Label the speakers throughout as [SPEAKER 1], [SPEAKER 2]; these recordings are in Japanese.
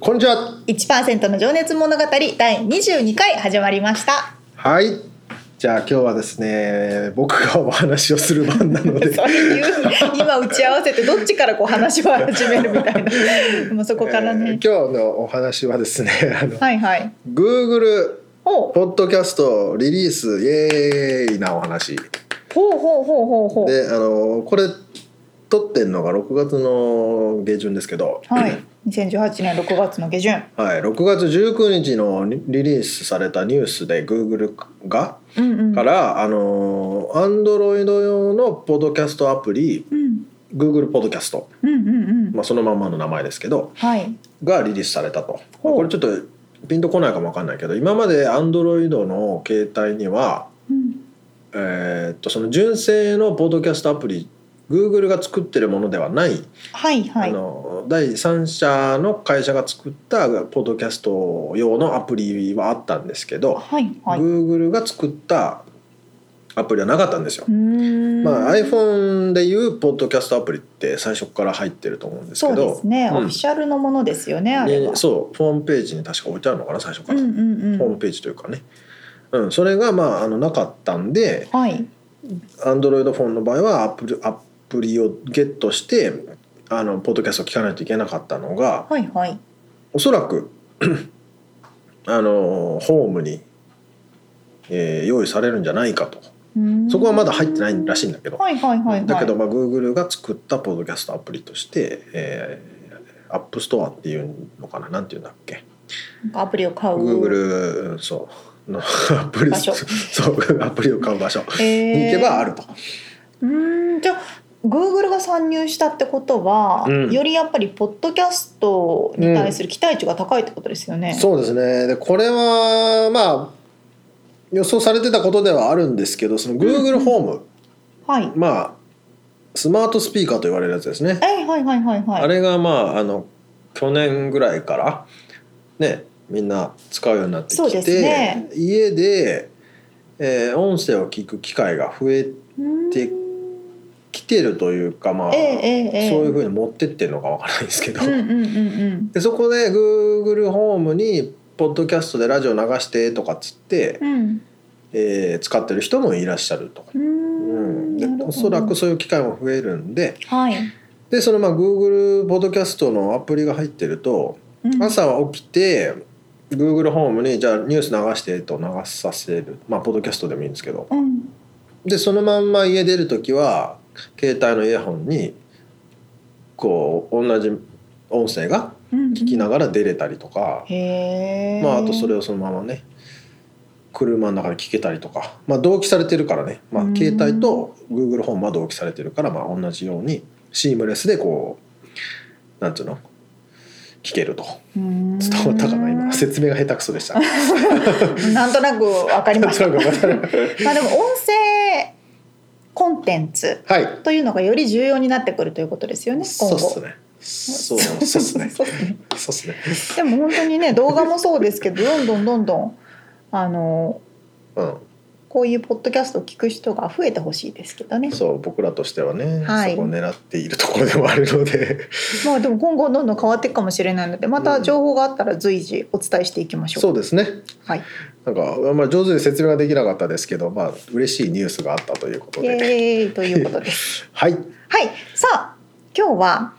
[SPEAKER 1] こんにちは。
[SPEAKER 2] 1%の情熱物語第22回始まりました
[SPEAKER 1] はい。じゃあ今日はですね、僕がお話をする番なの で、
[SPEAKER 2] そういう今打ち合わせてどっちからこう話を始めるみたいなもうそこから
[SPEAKER 1] えー
[SPEAKER 2] ね、
[SPEAKER 1] 今日のお話はですね、 あの、
[SPEAKER 2] はいはい
[SPEAKER 1] Google
[SPEAKER 2] おう
[SPEAKER 1] ポッドキャストリリースイエーイなお話。
[SPEAKER 2] ほうほうほうほうほう
[SPEAKER 1] で、あのこれ撮ってんのが6月の下旬ですけど、
[SPEAKER 2] はい2018年6月の下旬
[SPEAKER 1] はい、6月19日のリリースされたニュースで Google が
[SPEAKER 2] うんうん
[SPEAKER 1] から、あの Android 用のポッドキャストアプリ
[SPEAKER 2] うん
[SPEAKER 1] Google ポッドキャスト。
[SPEAKER 2] うんうんうん
[SPEAKER 1] まあ、そのまんまの名前ですけど
[SPEAKER 2] はい
[SPEAKER 1] がリリースされたと
[SPEAKER 2] ほう
[SPEAKER 1] これちょっとピンとこないかもわかんないけど今まで Android の携帯には、
[SPEAKER 2] うん
[SPEAKER 1] えーっとその純正のポッドキャストアプリ Google が作ってるものではない、
[SPEAKER 2] はいは
[SPEAKER 1] あ
[SPEAKER 2] い
[SPEAKER 1] の第三者の会社が作ったポッドキャスト用のアプリはあったんですけど、
[SPEAKER 2] はいはい
[SPEAKER 1] Google が作ったアプリはなかったんですよ
[SPEAKER 2] う。ーん
[SPEAKER 1] まあ、iPhone でいうポッドキャストアプリって最初から入ってると思うんですけ
[SPEAKER 2] そう
[SPEAKER 1] ど
[SPEAKER 2] ですね、
[SPEAKER 1] うん
[SPEAKER 2] オフィシャルのものですよねあれは、
[SPEAKER 1] ね、そうホームページに確か置いてあるのかな最初か
[SPEAKER 2] うん
[SPEAKER 1] ら、
[SPEAKER 2] うんう
[SPEAKER 1] ホーム
[SPEAKER 2] ん
[SPEAKER 1] ページというかね、うん、それがまああのなかったんで
[SPEAKER 2] はい、
[SPEAKER 1] Android フォンの場合はアプリアプリをゲットしてあのポッドキャストを聞かないといけなかったのが
[SPEAKER 2] はいはい
[SPEAKER 1] おそらく あのホームに、えー用意されるんじゃないかと
[SPEAKER 2] うーん
[SPEAKER 1] そこはまだ入ってないらしいんだけど、
[SPEAKER 2] はいはいはいはい
[SPEAKER 1] だけどまあ Google が作ったポッドキャストアプリとして、えー、App Store っていうのかななんていうんだっけ
[SPEAKER 2] なんかアプリを買う
[SPEAKER 1] Google うんそうのアプリ
[SPEAKER 2] 場所
[SPEAKER 1] そうアプリを買う場所に
[SPEAKER 2] え
[SPEAKER 1] 行
[SPEAKER 2] ー
[SPEAKER 1] けばあると、
[SPEAKER 2] うーんじゃあ Google が参入したってことは、
[SPEAKER 1] うん
[SPEAKER 2] よりやっぱりポッドキャストに対する期待値が高いってことですよね。
[SPEAKER 1] そうですねでこれはまあ予想されてたことではあるんですけどその Google ホーム、
[SPEAKER 2] はい。
[SPEAKER 1] まあスマートスピーカーと言われるやつですね、
[SPEAKER 2] えはいはいはいはい。
[SPEAKER 1] あれがまああの去年ぐらいからねみんな使うようになって
[SPEAKER 2] そう
[SPEAKER 1] き
[SPEAKER 2] です
[SPEAKER 1] て、
[SPEAKER 2] ね
[SPEAKER 1] 家で、えー音声を聞く機会が増え
[SPEAKER 2] うーん
[SPEAKER 1] てきてるというかまあ、
[SPEAKER 2] ええええええ
[SPEAKER 1] そういうふうに持ってってるのかわからないんですけど、
[SPEAKER 2] うんうんうんうん
[SPEAKER 1] でそこで Google ホームにポッドキャストでラジオ流してとかっつって、
[SPEAKER 2] うん
[SPEAKER 1] えー使ってる人もいらっしゃると。
[SPEAKER 2] うー
[SPEAKER 1] うん、
[SPEAKER 2] ん
[SPEAKER 1] で
[SPEAKER 2] なるほど
[SPEAKER 1] おそらくそういう機会も増えるんで
[SPEAKER 2] はい、
[SPEAKER 1] でそのまあ Google ポッドキャストのアプリが入ってると
[SPEAKER 2] うん
[SPEAKER 1] 朝は起きて Google ホームにじゃあニュース流してと流させるまあポッドキャストでもいいんですけど
[SPEAKER 2] うん
[SPEAKER 1] でそのまんま家出る時は携帯のイヤホンにこう同じ音声が
[SPEAKER 2] うん、
[SPEAKER 1] 聞きながら出れたりとか、
[SPEAKER 2] へえ。
[SPEAKER 1] まあ、あとそれをそのままね車の中で聞けたりとか、まあ、同期されてるからね、まあ
[SPEAKER 2] う、ん
[SPEAKER 1] 携帯と Google ホームは同期されてるから、まあ、同じようにシームレスでこうなんていうの聞けると
[SPEAKER 2] 伝
[SPEAKER 1] 伝わったかな今説明が下手くそでした。
[SPEAKER 2] なんとなくわかりまし た。
[SPEAKER 1] なんとなくわかる
[SPEAKER 2] まあでも音声コンテンツ
[SPEAKER 1] はい
[SPEAKER 2] というのがより重要になってくるということですよね。今
[SPEAKER 1] そう
[SPEAKER 2] 後
[SPEAKER 1] っすねそうそうっすね
[SPEAKER 2] そうっすね
[SPEAKER 1] そうっすね、
[SPEAKER 2] でも本当にね動画もそうですけどどんどんどんどんあの
[SPEAKER 1] う
[SPEAKER 2] こういうポッドキャストを聞く人が増えてほしいですけどね
[SPEAKER 1] ん、そう僕らとしてはね、
[SPEAKER 2] はい
[SPEAKER 1] そこを狙っているところでもあるので
[SPEAKER 2] まあでも今後どんどん変わっていくかもしれないのでまた情報があったら随時お伝えしていきましょう。
[SPEAKER 1] そうですね
[SPEAKER 2] はい、
[SPEAKER 1] なんかあんまり上手に説明ができなかったですけど、まあ嬉しいニュースがあったということ
[SPEAKER 2] イエ
[SPEAKER 1] で、
[SPEAKER 2] ーイということです。
[SPEAKER 1] はい、
[SPEAKER 2] はいさあ今日は、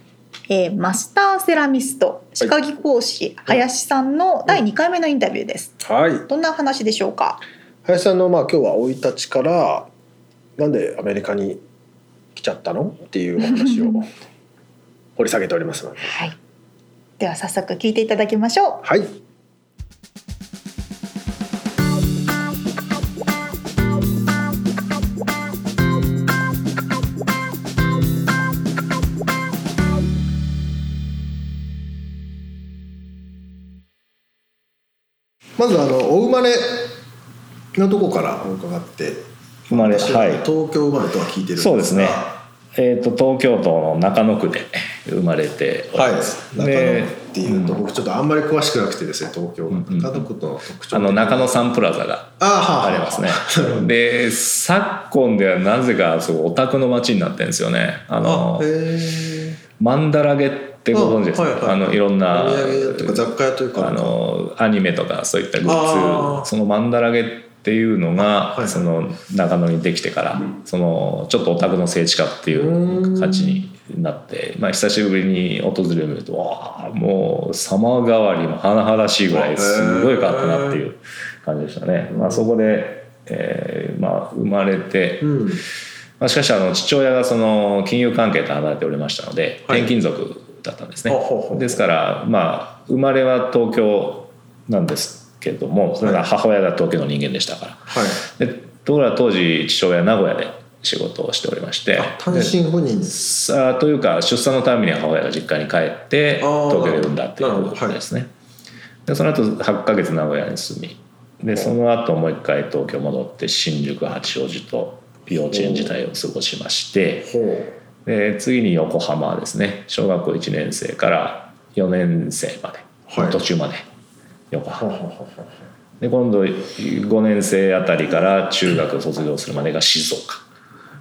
[SPEAKER 2] えーマスターセラミスト歯科技講師林さんの第2回目のインタビューです。
[SPEAKER 1] はい、
[SPEAKER 2] どんな話でしょうか。
[SPEAKER 1] 林さんのまあ今日は生い立ちから、なんでアメリカに来ちゃったのっていうお話を掘り下げておりますので
[SPEAKER 2] はい。では早速聞いていただきましょ
[SPEAKER 1] はいまずあのお生まれのとこから伺って
[SPEAKER 3] 生まれ
[SPEAKER 1] 私は
[SPEAKER 3] はい
[SPEAKER 1] 東京生まれとは聞いてるんが
[SPEAKER 3] そうですねえー、と東京都の中野区で生まれております、
[SPEAKER 1] 中
[SPEAKER 3] で
[SPEAKER 1] 野っていうと、
[SPEAKER 3] うん
[SPEAKER 1] 僕ちょっとあんまり詳しくなくてですね東京
[SPEAKER 3] うんうん
[SPEAKER 1] 中野区の特徴
[SPEAKER 3] あの中野サンプラザが
[SPEAKER 1] あはは
[SPEAKER 3] ありますねで昨今ではなぜかすごいオタクの街になってるんですよねあの
[SPEAKER 1] あへえ
[SPEAKER 3] マンダラゲってご存知ですか、
[SPEAKER 1] あはいはい
[SPEAKER 3] あのいろんな
[SPEAKER 1] お土産屋とか雑貨屋というか
[SPEAKER 3] あのアニメとかそういったグ
[SPEAKER 1] あ
[SPEAKER 3] ッ
[SPEAKER 1] ー
[SPEAKER 3] ズそのマンダラゲっていうのが、
[SPEAKER 1] はいはい
[SPEAKER 3] その長野にできてからそのちょっとオタクの聖地化っていう
[SPEAKER 1] ー
[SPEAKER 3] うん感じになって、まあ、久しぶりに訪れるとわあもう様変わりも甚だしいぐらいすごい変わったなっていう感じでしたね。まあ、そこで、えーまあ、生まれて、
[SPEAKER 1] うん
[SPEAKER 3] まあ、しかしあの父親がその金融関係と離れておりましたので、
[SPEAKER 1] はい
[SPEAKER 3] 転勤族だったんですね
[SPEAKER 1] ほうほうほう
[SPEAKER 3] ですからまあ生まれは東京なんですけどもそれが母親が東京の人間でしたから、
[SPEAKER 1] はい
[SPEAKER 3] でところが当時父親は名古屋で仕事をしておりまして
[SPEAKER 1] あ単身赴任です
[SPEAKER 3] さあというか出産のために母親が実家に帰って
[SPEAKER 1] あー
[SPEAKER 3] 東京で産んだってい
[SPEAKER 1] なる
[SPEAKER 3] う
[SPEAKER 1] ほ
[SPEAKER 3] こ
[SPEAKER 1] どは
[SPEAKER 3] と
[SPEAKER 1] い
[SPEAKER 3] ですね、でその後8ヶ月名古屋に住みでその後もう一回東京戻って新宿八王子と幼稚園時代を過ごしまして
[SPEAKER 1] ほう
[SPEAKER 3] で次に横浜ですね小学校1年生から4年生まで、
[SPEAKER 1] はい
[SPEAKER 3] 途中まで横
[SPEAKER 1] ほう
[SPEAKER 3] 浜
[SPEAKER 1] ほうほうほう
[SPEAKER 3] で今度5年生あたりから中学を卒業するまでが静岡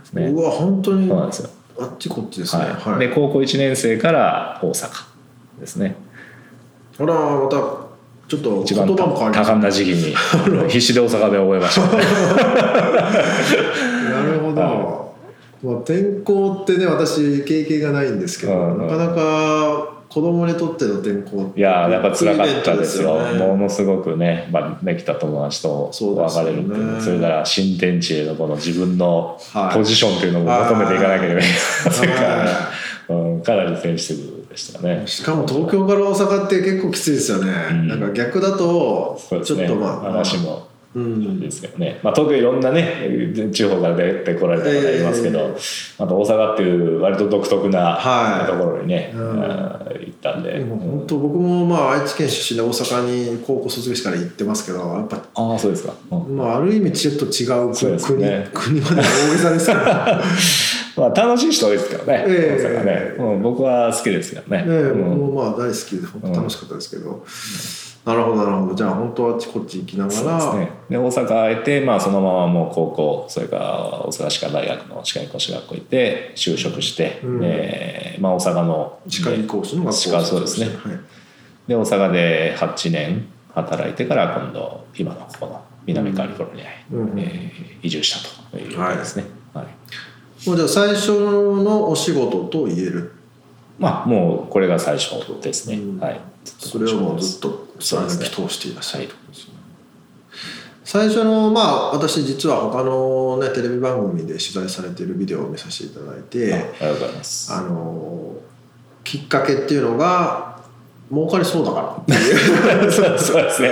[SPEAKER 3] ですね
[SPEAKER 1] うわ本当に
[SPEAKER 3] そうなんですよ
[SPEAKER 1] あっちこっちですね
[SPEAKER 3] はい
[SPEAKER 1] はい
[SPEAKER 3] で高校1年生から大阪ですね
[SPEAKER 1] ほらまたちょっと
[SPEAKER 3] 一
[SPEAKER 1] 言葉
[SPEAKER 3] 番
[SPEAKER 1] も変
[SPEAKER 3] 多
[SPEAKER 1] わります
[SPEAKER 3] 感な時期に 必死で大阪弁を覚えました、
[SPEAKER 1] なるほど、まあ、転校ってね私経験がないんですけど、
[SPEAKER 3] うんうん
[SPEAKER 1] なかなか子供にとっての転校って
[SPEAKER 3] いやーやっぱ辛かったですよ
[SPEAKER 1] イベント
[SPEAKER 3] も
[SPEAKER 1] ね
[SPEAKER 3] のすごくね、まあ、できた友達と
[SPEAKER 1] そうです
[SPEAKER 3] 別
[SPEAKER 1] よね
[SPEAKER 3] れるっていうそれから新天地へのこの自分の
[SPEAKER 1] はい
[SPEAKER 3] ポジションっていうのも求めていかなきゃいけない
[SPEAKER 1] い
[SPEAKER 3] それからね
[SPEAKER 1] は、
[SPEAKER 3] うん、かなりセンシティブでしたね
[SPEAKER 1] しかも東京から大阪って結構きついですよね、
[SPEAKER 3] ん
[SPEAKER 1] なんか逆だとち
[SPEAKER 3] そ
[SPEAKER 1] ょっ
[SPEAKER 3] うですね
[SPEAKER 1] とまあ
[SPEAKER 3] 話も
[SPEAKER 1] うん
[SPEAKER 3] ですけどね、まあ、東京いろんなね地方から出てこられた方いますけど、
[SPEAKER 1] え
[SPEAKER 3] あと大阪っていう割と独特
[SPEAKER 1] は
[SPEAKER 3] ないところにね、
[SPEAKER 1] うん
[SPEAKER 3] あー行ったんで、
[SPEAKER 1] でも本当僕もまあ愛知県出身で大阪に高校卒業してから行ってますけどやっぱ、
[SPEAKER 3] ああそうですか、うん
[SPEAKER 1] まあ、ある意味ちょっと違う
[SPEAKER 3] そ
[SPEAKER 1] 国
[SPEAKER 3] うですね
[SPEAKER 1] 国国まで大げさですけど
[SPEAKER 3] まあ楽しい人多いですからね、
[SPEAKER 1] ええ
[SPEAKER 3] 大阪ね、うん、僕は好きですけどね、
[SPEAKER 1] ねえ、
[SPEAKER 3] うん
[SPEAKER 1] 僕もまあ大好きで本当楽しかったですけど、なるほどなるほどじゃあ本当あっちこっち行きなが
[SPEAKER 3] そうです
[SPEAKER 1] ら、
[SPEAKER 3] ねで大阪へて、まあ、そのままもう高校それから大阪歯科大学の歯科医講師学校行って就職して、
[SPEAKER 1] うん
[SPEAKER 3] えーまあ、大阪の
[SPEAKER 1] 歯科医講師の学校
[SPEAKER 3] 歯科そうですね
[SPEAKER 1] はい、
[SPEAKER 3] で大阪で8年働いてから今度今のここの南カリフォルニアへ、
[SPEAKER 1] うんうん
[SPEAKER 3] えー移住したということですね、はい
[SPEAKER 1] もうじゃあ最初のお仕事と言える
[SPEAKER 3] まあもうこれが最初ですね、
[SPEAKER 1] うん
[SPEAKER 3] はい
[SPEAKER 1] それをもうずっと貫き通していらっしゃ
[SPEAKER 3] は
[SPEAKER 1] る
[SPEAKER 3] い
[SPEAKER 1] と、最初のまあ私実は他のねテレビ番組で取材されているビデオを見させていただい
[SPEAKER 3] あ
[SPEAKER 1] て
[SPEAKER 3] りがとうございます
[SPEAKER 1] あのきっかけっていうのが儲かりそうだからっていう
[SPEAKER 3] そうそうですね。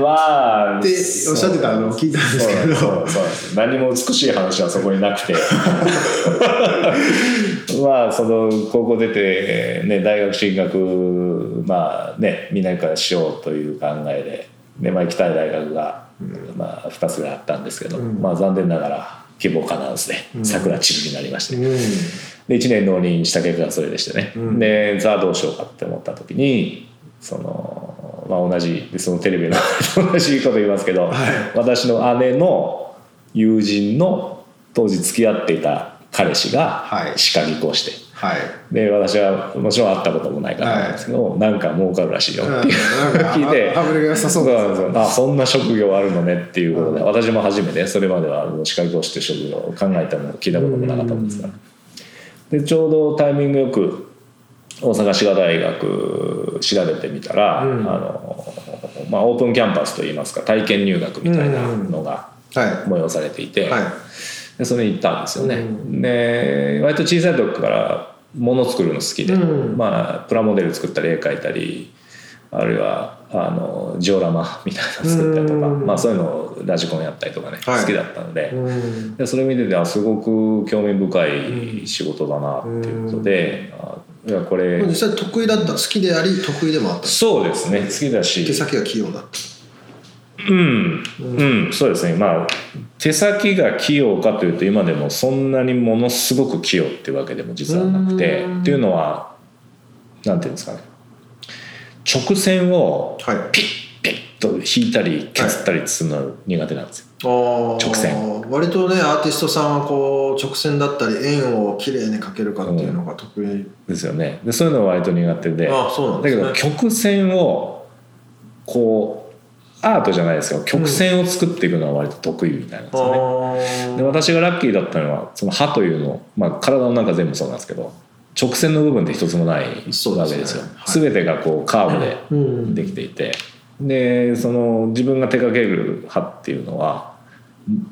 [SPEAKER 3] まあ。
[SPEAKER 1] っておっしゃってたのを聞いたんですけど
[SPEAKER 3] そうそうそうです何も美しい話はそこにな くて。まあ、その高校出て、ね、大学進学、まあね、みんなからしようという考えで。で、まあ、行きたい大学が、まあ、二つぐらいあったんですけど、
[SPEAKER 1] うん
[SPEAKER 3] まあ、残念ながら。希望かなんですね
[SPEAKER 1] う。ん
[SPEAKER 3] 桜散るになりまして。
[SPEAKER 1] う
[SPEAKER 3] で1年浪人した結果がそれでしてね、
[SPEAKER 1] うん
[SPEAKER 3] でさあどうしようかって思った時にその、まあ、同じそのテレビの 同じこと言いますけど、私の姉の友人の当時付き合っていた彼氏が
[SPEAKER 1] はい
[SPEAKER 3] 歯科技工して、
[SPEAKER 1] はい
[SPEAKER 3] で私はもちろん会ったこともないからなんですけど、なんか儲かるらしいよっていう
[SPEAKER 1] うんなんか
[SPEAKER 3] 聞いて
[SPEAKER 1] あ羽振りが良さそう
[SPEAKER 3] そう
[SPEAKER 1] だ
[SPEAKER 3] なんですよあそんな職業あるのねっていうことで、私も初めてそれまではあの歯科技工士という職業を考えたも聞いたこともなかったもんですからでちょうどタイミングよく大阪歯科大学調べてみたら、
[SPEAKER 1] うん
[SPEAKER 3] あのまあ、オープンキャンパスといいますか体験入学みたいなのが
[SPEAKER 1] は
[SPEAKER 3] 催されていて、
[SPEAKER 1] いはい
[SPEAKER 3] でそれに行ったんですよね、
[SPEAKER 1] うん
[SPEAKER 3] で割と小さい時から物作るの好きで、
[SPEAKER 1] うん
[SPEAKER 3] まあ、プラモデル作ったり絵描いたりあるいはあのジオラマ みたいなの作ったりとか、
[SPEAKER 1] うん
[SPEAKER 3] まあ、そういうのをラジコンやったりとかね、
[SPEAKER 1] はい
[SPEAKER 3] 好きだったので,、
[SPEAKER 1] うん
[SPEAKER 3] でそれ見ててあすごく興味深い仕事だなっていうことで、あいやこれ
[SPEAKER 1] 実際得意だった好きであり得意でもあった
[SPEAKER 3] そうですね好きだし
[SPEAKER 1] 手先が器用だっ
[SPEAKER 3] うん、うん、そうですねまあ手先が器用かというと今でもそんなにものすごく器用っていうわけでも実はなくて
[SPEAKER 1] うん
[SPEAKER 3] っていうのはなんていうんですかね直線を
[SPEAKER 1] たはい
[SPEAKER 3] ピッピッと引いたり削ったりするの苦手なんですよ、直
[SPEAKER 1] 直
[SPEAKER 3] 線
[SPEAKER 1] 割とねアーティストさんはこう直線だったり円を綺麗に描けるかっていうのが得意、
[SPEAKER 3] ですよねでそういうのは割と苦手で
[SPEAKER 1] ああそうなん
[SPEAKER 3] だ
[SPEAKER 1] で
[SPEAKER 3] け
[SPEAKER 1] すね
[SPEAKER 3] ど曲線をこうアートじゃないですよ曲線を作っていくのは割と得意みたいなんですよね、で
[SPEAKER 1] あ
[SPEAKER 3] 私がラッキーだったのはその歯というの、まあ、体の中全部そうなんですけど直線の部分って一つもないわけですよ
[SPEAKER 1] そうですねはい
[SPEAKER 3] 全てがこうカーブ
[SPEAKER 1] ーうん
[SPEAKER 3] でできていて、でその自分が手掛ける歯っていうのは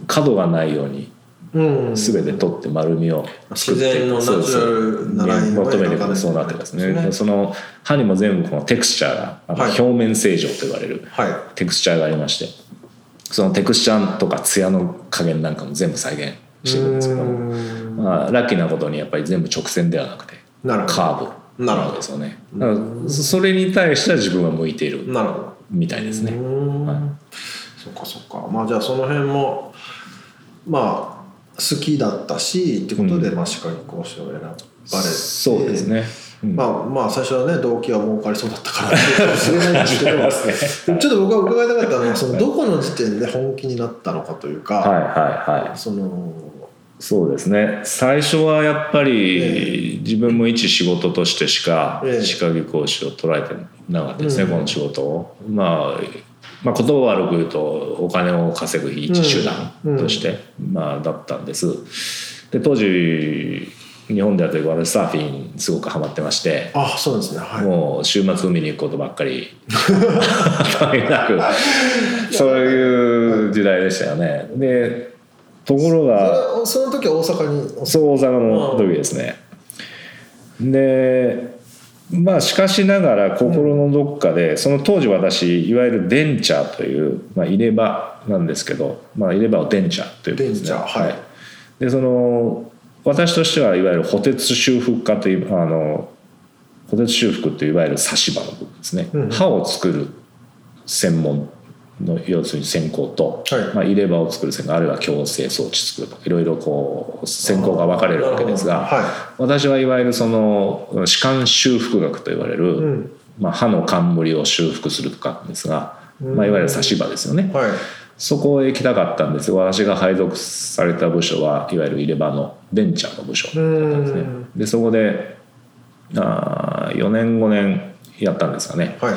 [SPEAKER 3] 角がないように
[SPEAKER 1] うん
[SPEAKER 3] 全て取って丸みを
[SPEAKER 1] 自然のナチ
[SPEAKER 3] そうです
[SPEAKER 1] ュラルなラインを
[SPEAKER 3] 求めて
[SPEAKER 1] 描かないといけない
[SPEAKER 3] そうなってますね
[SPEAKER 1] ですね
[SPEAKER 3] その歯にも全部このテクスチャーがあの
[SPEAKER 1] はい
[SPEAKER 3] 表面正常と言われる、
[SPEAKER 1] はい
[SPEAKER 3] テクスチャーがありましてそのテクスチャーとか艶の加減なんかも全部再現してるんですけど
[SPEAKER 1] うーん
[SPEAKER 3] まあ、ラッキーなことにやっぱり全部直線ではなくて
[SPEAKER 1] なるほど
[SPEAKER 3] カーブ
[SPEAKER 1] なるほど
[SPEAKER 3] んですよねだからそそれに対しては自分は向いている
[SPEAKER 1] なるほど
[SPEAKER 3] みたいです
[SPEAKER 1] う
[SPEAKER 3] ね
[SPEAKER 1] ーん
[SPEAKER 3] はい
[SPEAKER 1] そっかそっかまあじゃあその辺もまあ好きだったしってことで、
[SPEAKER 3] うん
[SPEAKER 1] まあ歯科技講師を選ばれて
[SPEAKER 3] そうですね、うん
[SPEAKER 1] まあまあ最初はね動機は儲かりそうだったからっていうかも しれないんですけど
[SPEAKER 3] 違いますね
[SPEAKER 1] ちょっと僕が伺いたかったのはそのどこの時点で本気になったのかというか、
[SPEAKER 3] はいはいはい
[SPEAKER 1] その
[SPEAKER 3] そうですね最初はやっぱり自分も一仕事としてしか
[SPEAKER 1] ええ
[SPEAKER 3] 歯科技講師を捉えてなかったですね、
[SPEAKER 1] うん
[SPEAKER 3] この仕事を、まあ、まあ言葉悪く言うとお金を稼ぐ一手段として、まあ、だったんですで当時日本ではというか私サーフィンすごくハマってまして
[SPEAKER 1] あそうなんですねはい
[SPEAKER 3] もう週末海に行くことばっか り 限りなくそういう時代でしたよねでところが
[SPEAKER 1] それその時は大阪にお
[SPEAKER 3] そう大阪の時ですね、でまあしかしながら心のどっかで、その当時私いわゆるデンチャーという、まあ、入れ歯なんですけど、まあ、入れ歯をデンチャーということで
[SPEAKER 1] デ
[SPEAKER 3] すね
[SPEAKER 1] ンチャーはい
[SPEAKER 3] でその私としてはいわゆる補鉄修復家というあの補鉄修復といういわゆる差し歯の部分ですね、
[SPEAKER 1] うん
[SPEAKER 3] 歯を作る専門の要するに専攻と、
[SPEAKER 1] はい
[SPEAKER 3] まあ、入れ歯を作る専攻あるいは矯正装置作るとかいろいろこう専攻が分かれるわけですが、
[SPEAKER 1] は
[SPEAKER 3] 私はいわゆるその歯間修復学と言われる、
[SPEAKER 1] い、うん
[SPEAKER 3] まあ、歯の冠を修復するとかですが、まあ、いわゆる差し歯ですよね、
[SPEAKER 1] はい、
[SPEAKER 3] そこへ行きたかったんですが私が配属された部署はいわゆる入れ歯のベンチャーの部署
[SPEAKER 1] う
[SPEAKER 3] ですね
[SPEAKER 1] ん
[SPEAKER 3] でそこであ4年5年やったんですかね
[SPEAKER 1] はい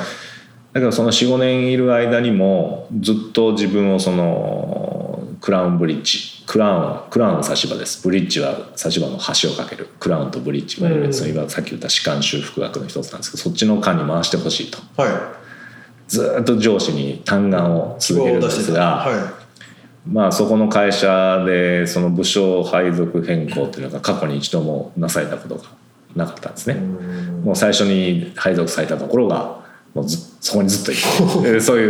[SPEAKER 3] だからその45年いる間にもずっと自分をそのクラウンブリッジクラウンクラウンは差し歯ですブリッジは差し歯の橋を架けるクラウンとブリッジはいわゆ
[SPEAKER 1] う
[SPEAKER 3] る
[SPEAKER 1] ん
[SPEAKER 3] その今さっき言った歯間修復学の一つなんですけどそっちの間に回してほしいと
[SPEAKER 1] は
[SPEAKER 3] ずーっと上司に嘆願を
[SPEAKER 1] い
[SPEAKER 3] 続けるんですが、
[SPEAKER 1] は
[SPEAKER 3] まあそこの会社でその部署配属変更というのが過去に一度もなされたことがなかったんですね。
[SPEAKER 1] いうん
[SPEAKER 3] もう最初に配属されたところがもうずそこにずっと いてえーそうい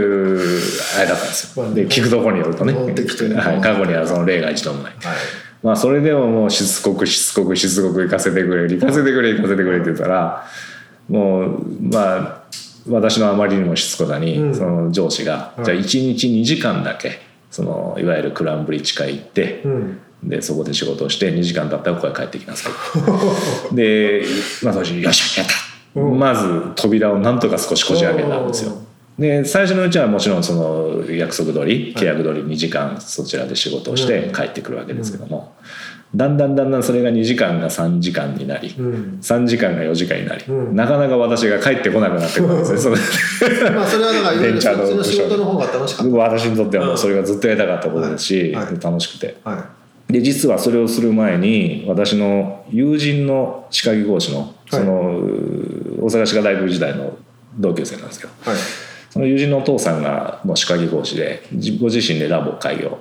[SPEAKER 3] うあれだったんです
[SPEAKER 1] ま
[SPEAKER 3] よ
[SPEAKER 1] あ
[SPEAKER 3] で聞くところによるとね、
[SPEAKER 1] 戻ってきてね
[SPEAKER 3] はい、過去にはその例が一度もない、まあ、それでももうしつこくしつこくしつこく行かせてくれ行かせてくれ行かせてくれって言ったらもうまあ私のあまりにもしつこさに、
[SPEAKER 1] うん
[SPEAKER 3] その上司が、
[SPEAKER 1] はい
[SPEAKER 3] じゃあ1日2時間だけそのいわゆるクラウンブリッジ会行って、
[SPEAKER 1] うん
[SPEAKER 3] でそこで仕事をして2時間経ったらここへ帰ってきなさいでまあ当時よっしゃやった、
[SPEAKER 1] うん
[SPEAKER 3] まず扉をなんとか少しこじ開けたんですよで最初のうちはもちろんその約束通り契約通り2時間そちらで仕事をして
[SPEAKER 1] うん
[SPEAKER 3] 帰ってくるわけですけども、だんだんだんだんそれが2時間が3時間になり、
[SPEAKER 1] うん
[SPEAKER 3] 3時間が4時間になり、
[SPEAKER 1] うん
[SPEAKER 3] なかなか私が帰ってこなくなってくるんです ねその
[SPEAKER 1] まあそれはだ からいわゆるそっちの仕事の方が楽しかっ
[SPEAKER 3] 私にとってはもうそれがずっとやりたかったことですし、
[SPEAKER 1] はいはい
[SPEAKER 3] 楽しくて
[SPEAKER 1] たはい
[SPEAKER 3] で実はそれをする前に私の友人の歯科技講師のその、うー大阪歯科大学時代の同級生なんですけど
[SPEAKER 1] はい
[SPEAKER 3] その友人のお父さんがもう歯科技講師でじご自身でラボを開業